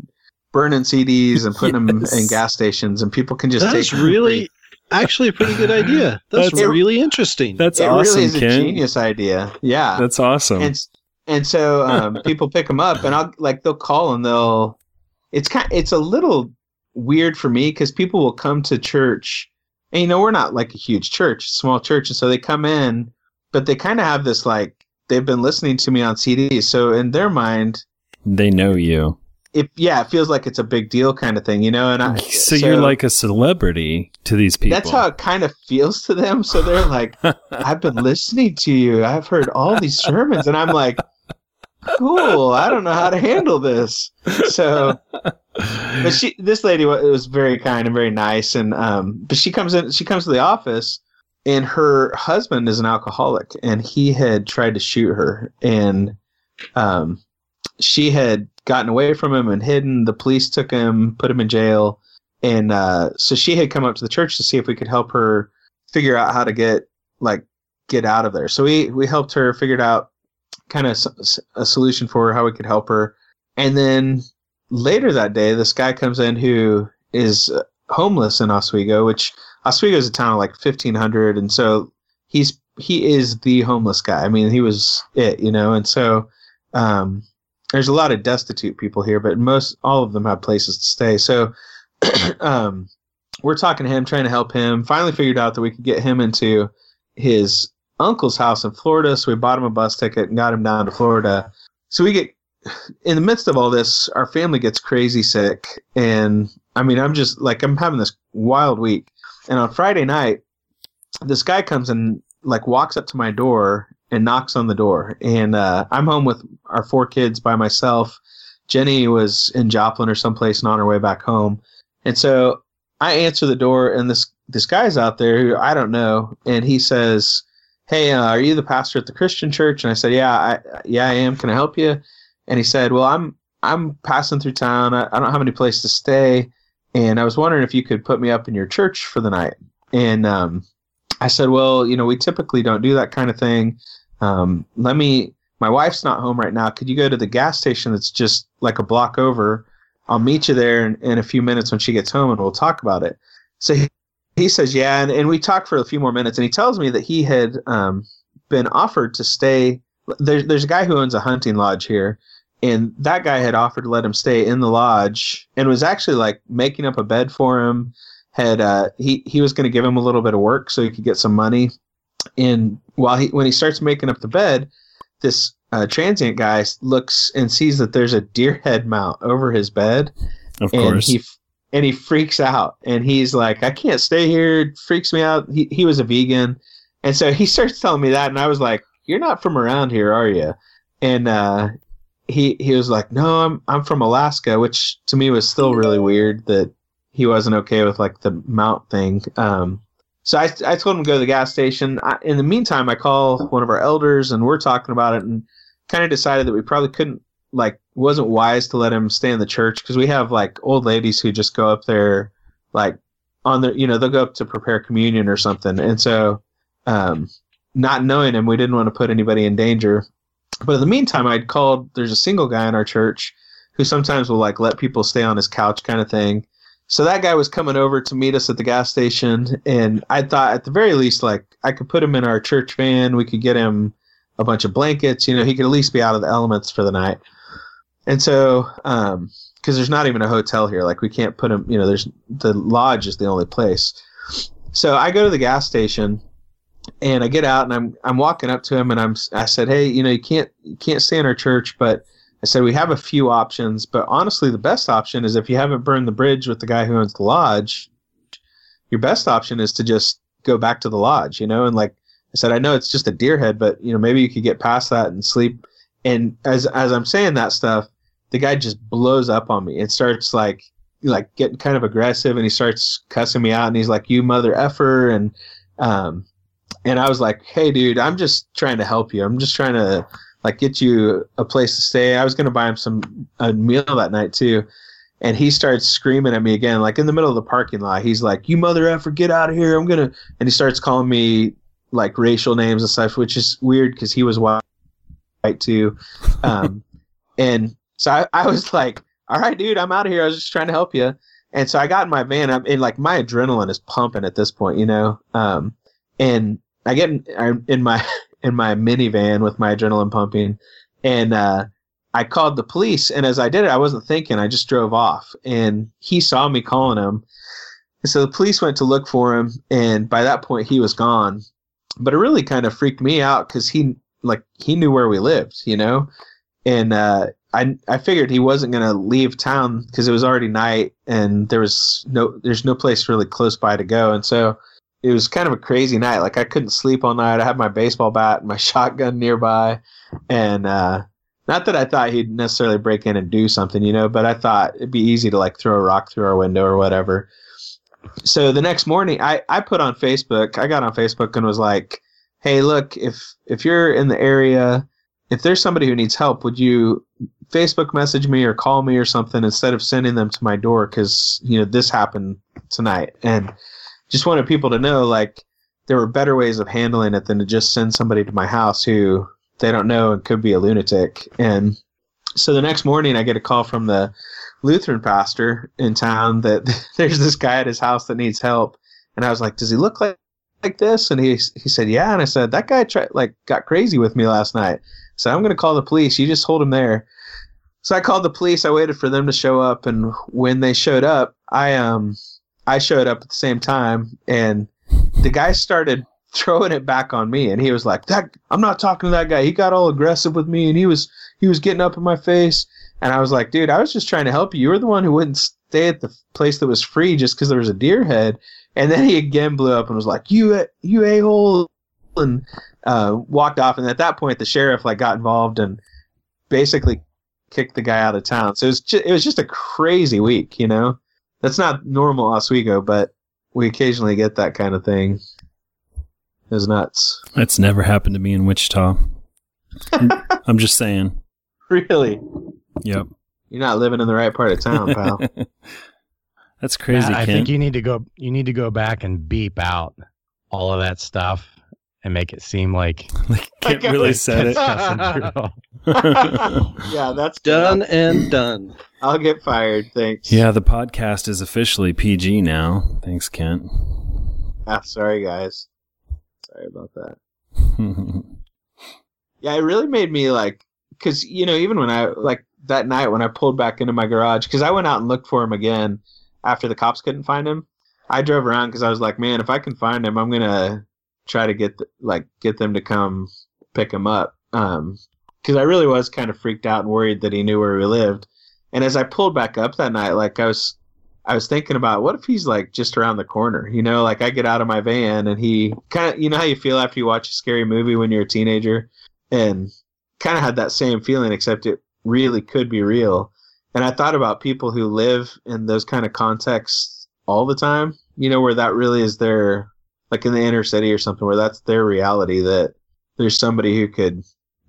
burning cds and putting
Yes.
them in gas stations and people can just
That's
take them for free.
really, actually, a pretty good idea. That's,
That's-
really interesting.
That's
it
awesome,
really is
Ken.
a genius idea yeah
That's awesome.
and s- and so um, people pick them up, and I'll like they'll call and they'll. It's kind. It's a little weird for me because people will come to church, and you know we're not like a huge church, small church, and so they come in, but they kind of have this like they've been listening to me on CDs, so in their mind,
they know you.
it yeah, it feels like it's a big deal kind of thing, you know. And I
So, you're like a celebrity to these people.
That's how it kind of feels to them. So they're like, I've been listening to you. I've heard all these sermons. And I'm like, cool. I don't know how to handle this. So, but she, this lady wa- was very kind and very nice. And, um, but she comes in, she comes to the office and her husband is an alcoholic and he had tried to shoot her. And, um, she had gotten away from him and hidden. The police took him, put him in jail and uh, so she had come up to the church to see if we could help her figure out how to get like get out of there. So we we helped her figured out kind of a solution for her how we could help her, and then later that day this guy comes in who is uh, homeless in Oswego, which Oswego is a town of like fifteen hundred, and so he's he is the homeless guy. I mean, he was it, you know, and so. Um, there's a lot of destitute people here, but most all of them have places to stay. So um, we're talking to him, trying to help him. Finally, figured out that we could get him into his uncle's house in Florida. So we bought him a bus ticket and got him down to Florida. So we get in the midst of all this, our family gets crazy sick, and I mean, I'm just like I'm having this wild week. And on Friday night, this guy comes and like walks up to my door and knocks on the door, and uh, I'm home with our four kids by myself. Jenny was in Joplin or someplace and on her way back home. And so I answer the door, and this this guy's out there who I don't know, and he says, "Hey, uh, are you the pastor at the Christian church?" And I said, "Yeah, I yeah I am. Can I help you?" And he said, "Well, I'm I'm passing through town. I, I don't have any place to stay, and I was wondering if you could put me up in your church for the night." And um, I said, "Well, you know, we typically don't do that kind of thing. Um, let me." My wife's not home right now. Could you go to the gas station that's just like a block over? I'll meet you there in, in a few minutes when she gets home and we'll talk about it. So he, he says, Yeah. And, and we talk for a few more minutes. And he tells me that he had um, been offered to stay. There, there's a guy who owns a hunting lodge here. And that guy had offered to let him stay in the lodge and was actually like making up a bed for him. Had uh, he, he was going to give him a little bit of work so he could get some money. And while he, when he starts making up the bed, this uh, transient guy looks and sees that there's a deer head mount over his bed
of
and
course.
he f- and he freaks out and he's like i can't stay here it freaks me out he, he was a vegan and so he starts telling me that and i was like you're not from around here are you and uh he he was like no i'm i'm from alaska which to me was still really weird that he wasn't okay with like the mount thing um so I, I told him to go to the gas station. I, in the meantime, I call one of our elders and we're talking about it and kind of decided that we probably couldn't like wasn't wise to let him stay in the church because we have like old ladies who just go up there like on their you know they'll go up to prepare communion or something and so um not knowing him we didn't want to put anybody in danger but in the meantime i'd called there's a single guy in our church who sometimes will like let people stay on his couch kind of thing So that guy was coming over to meet us at the gas station, and I thought at the very least, like I could put him in our church van. We could get him a bunch of blankets. You know, he could at least be out of the elements for the night. And so, um, because there's not even a hotel here, like we can't put him. You know, there's the lodge is the only place. So I go to the gas station, and I get out, and I'm I'm walking up to him, and I'm I said, hey, you know, you can't you can't stay in our church, but I said, we have a few options, but honestly, the best option is if you haven't burned the bridge with the guy who owns the lodge, your best option is to just go back to the lodge, you know? And like I said, I know it's just a deer head, but you know, maybe you could get past that and sleep. And as, as I'm saying that stuff, the guy just blows up on me and starts like, like getting kind of aggressive and he starts cussing me out and he's like, you mother effer. And, um, and I was like, Hey dude, I'm just trying to help you. I'm just trying to, like get you a place to stay. I was going to buy him some a meal that night too. And he starts screaming at me again, like in the middle of the parking lot. He's like, "You mother effer, get out of here! I'm gonna." And he starts calling me like racial names and stuff, which is weird because he was white, white too. Um, and so I, I was like, "All right, dude, I'm out of here. I was just trying to help you." And so I got in my van. I'm and like my adrenaline is pumping at this point, you know. Um, and I get in, I'm in my in my minivan with my adrenaline pumping, and uh, I called the police. And as I did it, I wasn't thinking. I just drove off, and he saw me calling him. And so the police went to look for him, and by that point he was gone. But it really kind of freaked me out because he like he knew where we lived, you know, and uh, I I figured he wasn't gonna leave town because it was already night and there was no there's no place really close by to go, and so it was kind of a crazy night. Like I couldn't sleep all night. I had my baseball bat and my shotgun nearby, and uh, not that I thought he'd necessarily break in and do something, you know, but I thought it'd be easy to like throw a rock through our window or whatever. So the next morning, I I put on Facebook. I got on Facebook and was like, "Hey, look, if if you're in the area, if there's somebody who needs help, would you Facebook message me or call me or something instead of sending them to my door because you know this happened tonight and." just wanted people to know like there were better ways of handling it than to just send somebody to my house who they don't know and could be a lunatic. And so the next morning I get a call from the Lutheran pastor in town that there's this guy at his house that needs help. And I was like, does he look like like this? And he he said, yeah. And I said, that guy tried like got crazy with me last night. So I'm gonna call the police. You just hold him there. So I called the police. I waited for them to show up, and when they showed up, I um I showed up at the same time, and the guy started throwing it back on me, and he was like, "That I'm not talking to that guy. He got all aggressive with me, and he was he was getting up in my face." And I was like, "Dude, I was just trying to help you. You were the one who wouldn't stay at the place that was free just because there was a deer head." And then he again blew up and was like, "You a- you a hole," and uh, walked off. And at that point, the sheriff like got involved and basically kicked the guy out of town. So it was just, it was just a crazy week, you know that's not normal Oswego, but we occasionally get that kind of thing. It was nuts.
That's never happened to me in Wichita. I'm just saying.
Really?
Yep.
You're not living in the right part of town, pal.
That's crazy.
I, I
Kent.
think you need to go. You need to go back and beep out all of that stuff and make it seem like
like, Kent
I
really
was-
said it.
Justin
yeah, that's
Done and done.
I'll get fired. Thanks.
yeah, the podcast is officially PG now. Thanks, Kent.
Ah, sorry, guys. Sorry about that. Yeah, it really made me like, because you know, even when I like that night when I pulled back into my garage, because I went out and looked for him again after the cops couldn't find him. I drove around because I was like, man, if I can find him, I'm gonna try to get th- like get them to come pick him up. Um, because I really was kind of freaked out and worried that he knew where we lived. And as I pulled back up that night, like I was, I was thinking about what if he's like just around the corner, you know? Like I get out of my van and he kind of, you know how you feel after you watch a scary movie when you're a teenager and kind of had that same feeling, except it really could be real. And I thought about people who live in those kind of contexts all the time, you know, where that really is their, like in the inner city or something, where that's their reality that there's somebody who could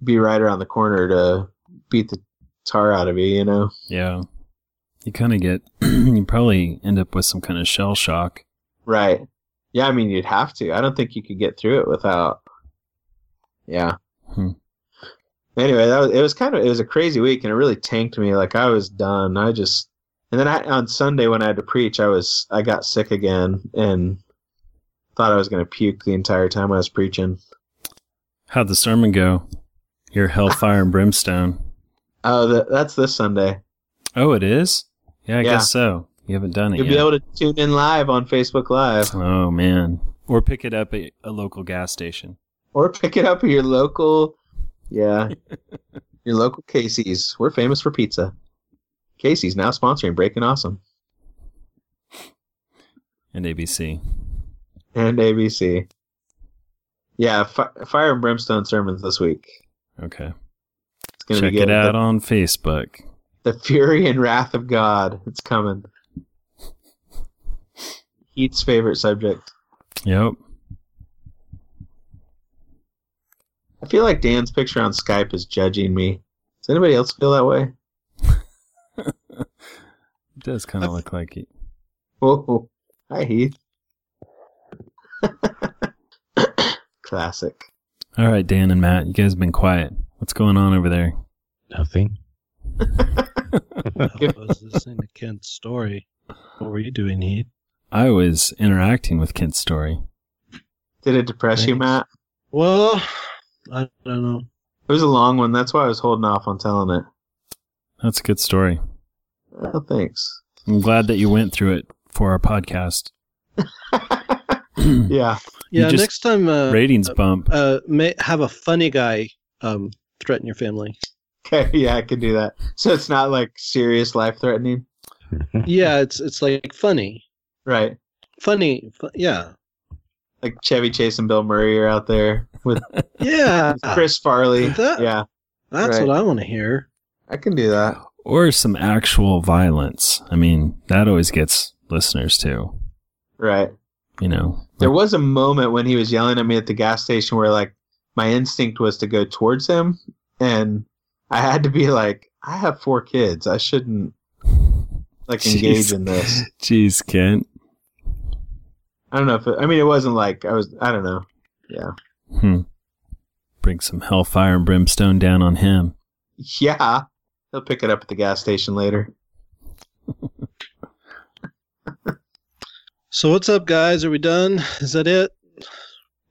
be right around the corner to beat the tar out of you, you know?
yeah. You kind of get, you probably end up with some kind of shell shock.
Right. Yeah, I mean, you'd have to. I don't think you could get through it without. Yeah.
Hmm.
Anyway, that was, it was kind of it was a crazy week, and it really tanked me. Like I was done. I just And then I, on Sunday when I had to preach, I was I got sick again and thought I was going to puke the entire time I was preaching.
How'd the sermon go? Your hellfire and brimstone.
Oh, that, that's this Sunday.
Oh, it is? Yeah, I
Yeah.
guess so. You haven't done it
You'll
yet.
be able to tune in live on Facebook Live
oh, man. Or pick it up at a local gas station.
or pick it up at your local, yeah, your local Casey's. We're famous for pizza. Casey's now sponsoring Breaking Awesome
And ABC.
and ABC. Yeah, fi- fire and brimstone sermons this week.
Okay.
It's going to
Check
be good.
it out on Facebook.
The fury and wrath of God. It's coming. Heat's favorite subject.
Yep.
I feel like Dan's picture on Skype is judging me. Does anybody else feel that way?
It does kind of look like it.
Whoa. Oh, Hi, Heath. Classic.
All right, Dan and Matt, you guys have been quiet. What's going on over there?
Nothing.
Give-
I was listening to Kent's story. What were you doing, Heath?
I was interacting with Kent's story.
Did it depress you,
Thanks.
Matt?
Well, I don't know.
It was a long one. That's why I was holding off on telling it.
That's a good story.
Oh, thanks.
I'm glad that you went through it for our podcast.
yeah.
You
Yeah,
just-
next time, uh,
Ratings bump.
uh, may have a funny guy um, threaten your family.
Okay. Yeah, I can do that. So it's not like serious life threatening.
yeah, it's it's like funny,
Right.
funny. Fu- yeah,
Like Chevy Chase and Bill Murray are out there with
yeah.
Chris Farley.
That-
yeah.
That's
right.
what I want to hear.
I can do that.
Or some actual violence. I mean, that always gets listeners too.
Right.
You know,
There was a moment when he was yelling at me at the gas station where like my instinct was to go towards him and I had to be like, I have four kids. I shouldn't like engage
Jeez.
in this.
Jeez, Kent.
I don't know if it, I mean it wasn't like I was I don't know.
Hmm. Bring some hellfire and brimstone down on him.
Yeah. He'll pick it up at the gas station later.
So what's up, guys? Are we done? Is that it?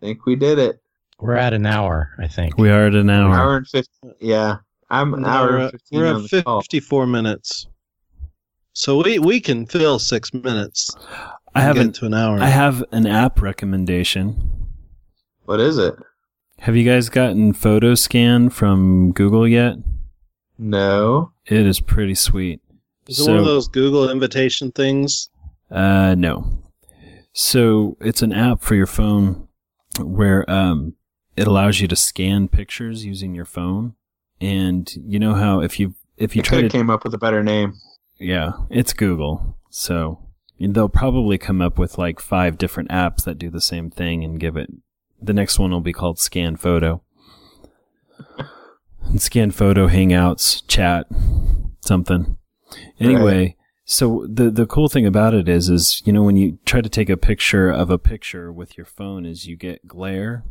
think we did it.
We're at an hour, I think.
We are at an
An
hour.
hour and fifteen yeah. I'm an hour
We're
and
at,
fifteen
we're
on
at
the call.
fifty-four minutes. So we we can fill six minutes. and get
I haven't.
to an hour.
I have an app recommendation.
What is it?
Have you guys gotten photo scan from Google yet?
No.
It is pretty sweet.
Is it one of those Google invitation things?
Uh, no. So it's an app for your phone where um, it allows you to scan pictures using your phone, and you know how if you if you
You
try
could
to
have came up with a better name.
yeah, it's Google, so they'll probably come up with like five different apps that do the same thing and give it. The next one will be called Scan Photo. And scan Photo Hangouts chat something. Anyway, so the the cool thing about it is is you know when you try to take a picture of a picture with your phone is you get glare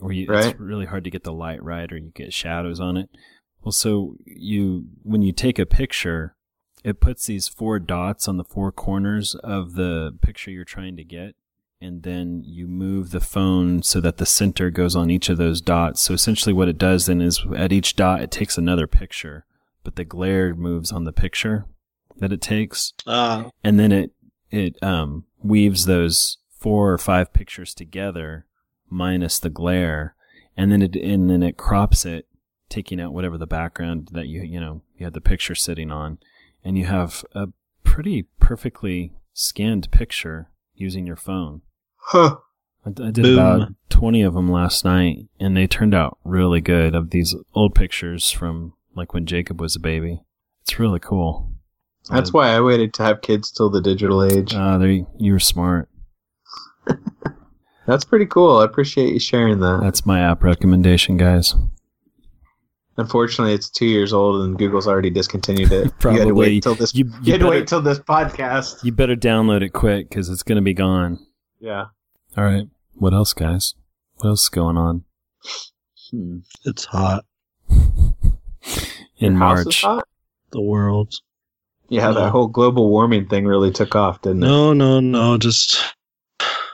or you,
Right.
it's really hard to get the light right or you get shadows on it. Well, so you when you take a picture, it puts these four dots on the four corners of the picture you're trying to get, and then you move the phone so that the center goes on each of those dots. So essentially, what it does then is at each dot it takes another picture, but the glare moves on the picture that it takes,
Uh,
and then it it um, weaves those four or five pictures together minus the glare, and then it and then it crops it, taking out whatever the background that you you know you had the picture sitting on, and you have a pretty perfectly scanned picture using your phone.
Huh.
I, I did
Boom.
about twenty of them last night, and they turned out really good. Of these old pictures from like when Jacob was a baby, it's really cool.
That's
Uh,
why I waited to have kids till the digital age.
Ah, there you, you were smart.
That's pretty cool. I appreciate you sharing that.
That's my app recommendation, guys.
Unfortunately, it's two years old and Google's already discontinued it. You had to
Probably.
wait till this. You,
You, you,
had to
better,
wait till this podcast.
you better download it quick because it's going to be gone.
Yeah.
All right. What else, guys? What else is going on
Hmm.
it's hot.
in
Your house is
March?
hot?
The world.
Yeah, that whole global warming thing really took off, didn't it?
No, no, no. Just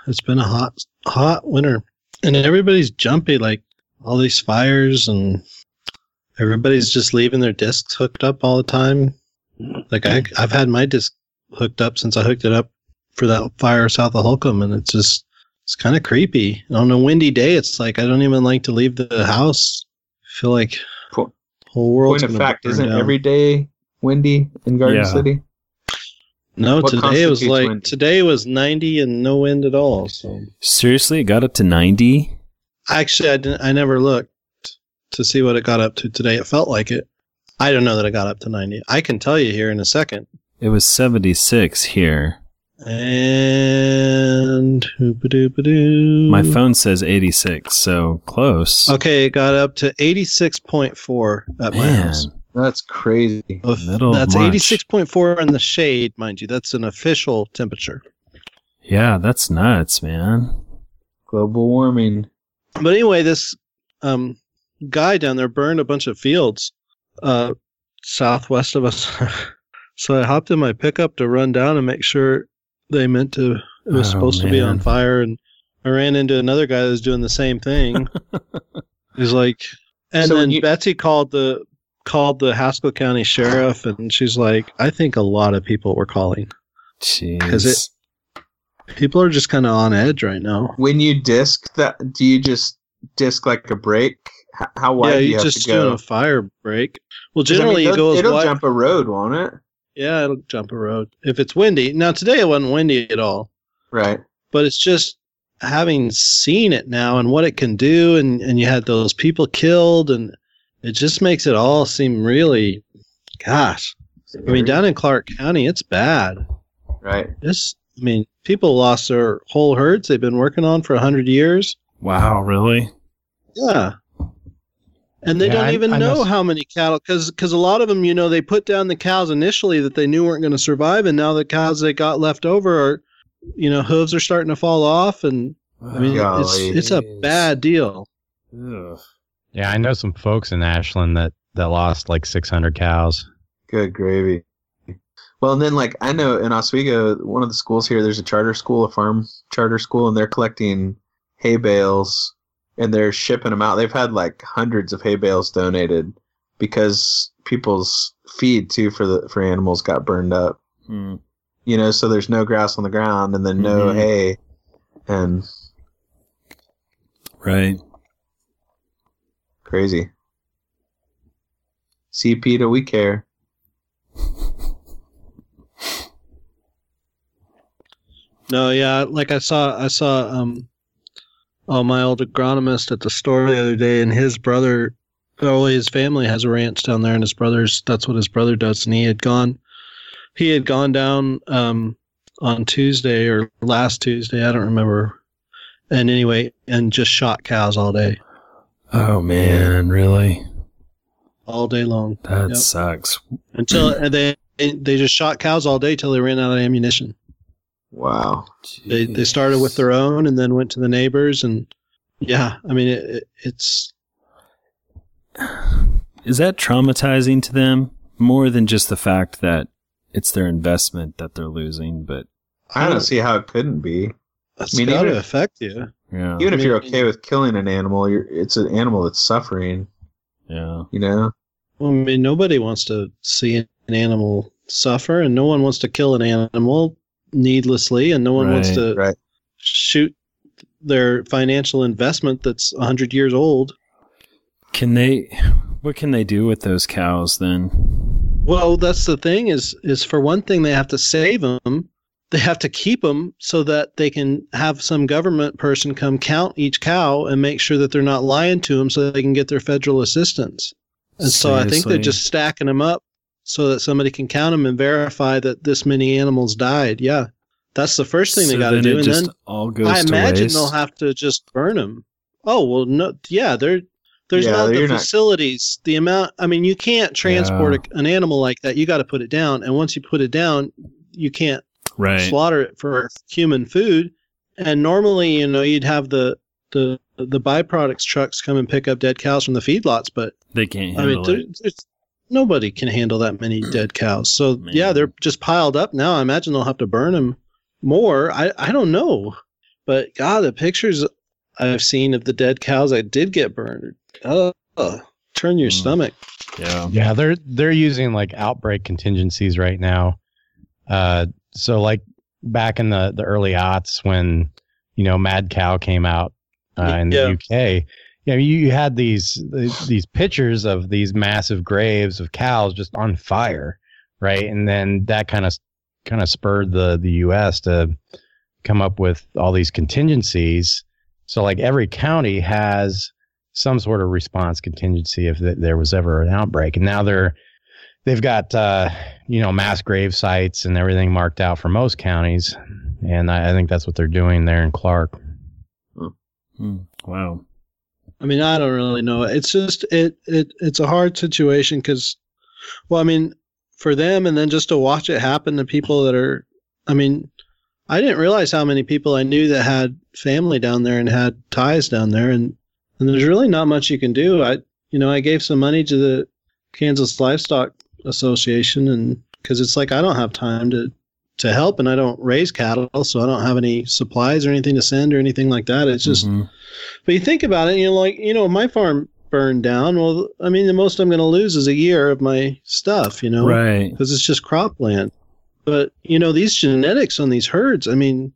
it's been a hot, hot winter, and everybody's jumpy. Like all these fires, and everybody's just leaving their discs hooked up all the time. Like I, I've had my disc hooked up since I hooked it up for that fire south of Holcomb, and it's just it's kind of creepy. And on a windy day, it's like I don't even like to leave the house. I feel like
Po-
whole world.
Point of fact, isn't every day windy in Garden
Yeah.
City?
No,
What
today it was
constitutes
like
wind?
today was ninety and no wind at all. So
Seriously, it got up to 90?
actually, I didn't. I never looked to see what it got up to today. It felt like it. I don't know that it got up to ninety. I can tell you here in a second.
It was 76 here.
And my
My phone says 86, so close.
Okay, it got up to eighty-six point four at my
Man,
house.
That's crazy.
Of-
middle of
that's
March.
eighty-six point four in the shade, mind you. That's an official temperature.
yeah, that's nuts, man.
Global warming.
but anyway, this um, guy down there burned a bunch of fields uh, southwest of us. so I hopped in my pickup to run down and make sure they meant to. It was
Oh,
supposed to be on
man.
fire, and I ran into another guy that was doing the same thing. He's like, and
So when
then
you-
Betsy called the called the Haskell County sheriff, and she's like, I think a lot of people were calling.
Jeez.
'Cause it- People are just kind of on edge right now.
When you disc that, do you just disc like a break? H- How wide
yeah,
do you
you're
have
just
to go?
doing a fire break. Well,
'Cause, I mean,
generally
they'll-
you go as
it'll
wide.
jump a road, won't it?
Yeah, it'll jump a road if it's windy. Now today it wasn't windy at all,
Right.
but it's just having seen it now and what it can do, and and you had those people killed, and it just makes it all seem really, gosh. I mean, down in Clark County, it's bad.
Right.
It's I mean, people lost their whole herds they've been working on for a hundred years.
wow, really?
Yeah. And they
Yeah,
don't
I-
even
I
know
must-
how many cattle, because a lot of them, you know, they put down the cows initially that they knew weren't going to survive, and now the cows they got left over are, you know, hooves are starting to fall off, and I mean, it's
Golly.
it's a bad deal.
Ugh.
Yeah, I know some folks in Ashland that that lost like 600 cows.
Good gravy. Well, and then like I know in Oswego, one of the schools here, there's a charter school, a farm charter school, and they're collecting hay bales and they're shipping them out. They've had like hundreds of hay bales donated because people's feed too for the for animals got burned up.
Hmm.
You know, so there's no grass on the ground and then no
Mhm.
hay. And
Right.
crazy. See, Peter, we care.
No, yeah, like I saw I saw um, oh my old agronomist at the store the other day, and his brother, oh his family has a ranch down there, and his brother's that's what his brother does, and he had gone, he had gone down um on Tuesday or last Tuesday, I don't remember, and anyway, and just shot cows all day,
Oh man, really?
all day long
That
Yep.
sucks.
until and they they just shot cows all day till they ran out of ammunition.
Wow.
they they started with their own and then went to the neighbors and yeah i mean it, it, it's
Is that traumatizing to them more than just the fact that it's their investment that they're losing? But
I don't see how it couldn't be.
it's
I mean,
got
even
to
if-
affect you
yeah,
Even if you're
Maybe-
okay with killing an animal, you're, it's an animal that's suffering,
yeah,
you know?
well, i mean nobody wants to see an animal suffer and no one wants to kill an animal needlessly and no one wants
Right,
to
right.
shoot their financial investment that's 100 years old
can they? What can they do with those cows then?
well that's the thing is is for one thing they have to save them they have to keep them so that they can have some government person come count each cow and make sure that they're not lying to them so that they can get their federal assistance. And so I think they're
Seriously?
just stacking them up so that somebody can count them and verify that this many animals died. Yeah. That's the first thing
So
they got to
then
do.
It
And
just
then
all goes
I
to
imagine
waste.
they'll have to just burn them. Oh, well, no. Yeah. They're, there's
Yeah,
not the
you're not-
facilities, the amount. I mean, you can't transport a, an animal like that. You got to put it down. And once you put it down, you can't
right.
slaughter it for human food. And normally, you know, you'd have the the the byproducts trucks come and pick up dead cows from the feedlots, but
They can't
I mean,
handle
there,
it.
there's nobody can handle that many dead cows. So
Man.
yeah, they're just piled up now. I imagine they'll have to burn them more. I I don't know, but God, the pictures I've seen of the dead cows that did get burned, uh, turn your
Mm.
stomach.
Yeah.
Yeah, they're they're using like outbreak contingencies right now. Uh, so like back in the the early aughts when you know Mad Cow came out uh, in the
Yeah.
UK, you know, you, you had these these- these pictures of these massive graves of cows just on fire, right? And then that kind of kind of spurred the the U.S. to come up with all these contingencies. So like every county has some sort of response contingency if th- there was ever an outbreak. And now they're they've got uh, you know mass grave sites and everything marked out for most counties, and I, I think that's what they're doing there in Clark.
Hmm. Wow.
I mean, I don't really know. It's just it it it's a hard situation because, well, I mean, for them, and then just to watch it happen to people that are, I mean, I didn't realize how many people I knew that had family down there and had ties down there, and and there's really not much you can do. I you know I gave some money to the Kansas Livestock Association, and because it's like I don't have time to to help, and I don't raise cattle, so I don't have any supplies or anything to send or anything like that. It's just
Mhm.
but you think about it, you know, like you know, my farm burned down. Well, I mean, the most I'm going to lose is a year of my stuff, you know,
right.
because it's just cropland. But you know, these genetics on these herds, I mean,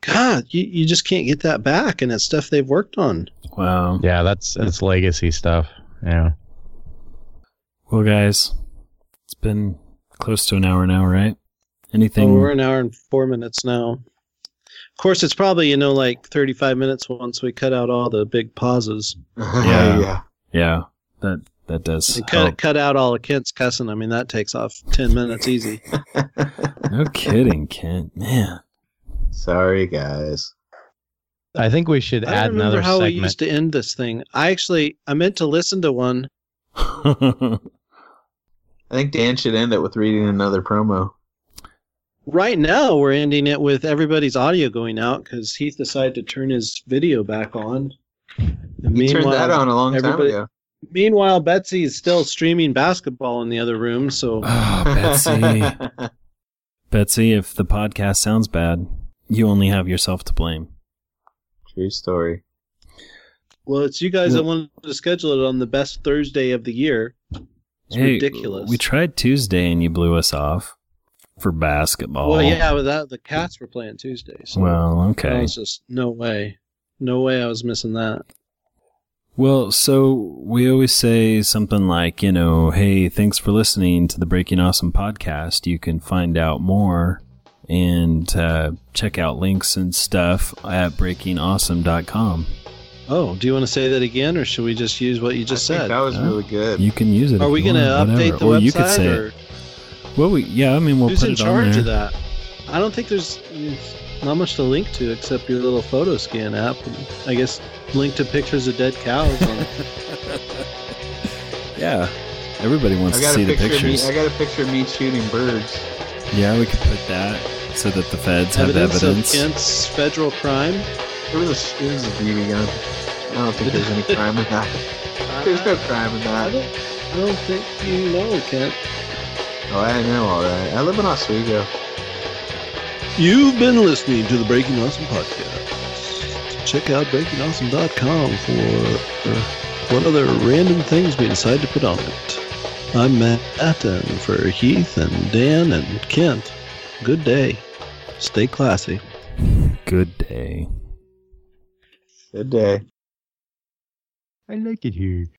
God, you, you just can't get that back, and it's stuff they've worked on.
Wow.
Yeah, that's that's legacy stuff. Yeah,
Well, guys, it's been close to an hour now, right?
So
Anything?
Oh, we're an hour and four minutes now. Of course, it's probably you know like 35 minutes once we cut out all the big pauses.
Yeah. yeah. That that does.
And cut
Help.
cut out all of Kent's cussing. I mean, that takes off 10 minutes easy.
No kidding, Kent. Man.
Sorry, guys.
I think we should
I
add
don't remember
another
how
segment.
we used to end this thing. I actually I meant to listen to one.
I think Dan should end it with reading another promo.
Right now we're ending it with everybody's audio going out because Heath decided to turn his video back on. And
You turned that on a long time
everybody-
ago.
meanwhile, Betsy is still streaming basketball in the other room. So
oh, Betsy. Betsy, if the podcast sounds bad, you only have yourself to blame.
True story.
well, it's you guys that wanted to schedule it on the best Thursday of the year. It's
Hey,
ridiculous.
We tried Tuesday and you blew us off for basketball.
well, yeah, but that, the cats were playing Tuesday. So
oh. Well,
that
okay.
was just no way, no way I was missing that.
Well, so we always say something like, you know, hey, thanks for listening to the Breaking Awesome podcast. You can find out more and uh, check out links and stuff at breakingawesome.com.
Oh, do you want to say that again, or should we just use what you just
I
said?
think that was
Huh?
really good.
You can use it.
Are
if
we
you
going to
want,
update
whatever.
the
or
website?
you could say,
or
it. well, we, yeah, I mean, we'll
who's
put
in
it on
charge
there.
of that? I don't think there's there's not much to link to except your little photo scan app. And I guess link to pictures of dead cows. On,
Yeah, everybody wants
I
to
got
see
a
the
picture of me.
pictures.
I got a picture of me shooting birds.
Yeah, we could put that so that the feds have
evidence,
evidence.
of Kent's federal crime.
It was a it was a BB gun. I don't think there's any crime in that. There's no crime in
I
that.
don't, I don't think you know, Kent.
Oh, I know all that. I live in Oswego.
You've been listening to the Breaking Awesome podcast. Check out breakingawesome.com for uh, what other random things we decide to put on it. I'm Matt, and for Heath and Dan and Kent, good day. Stay classy.
Good day.
Good day.
I like it here.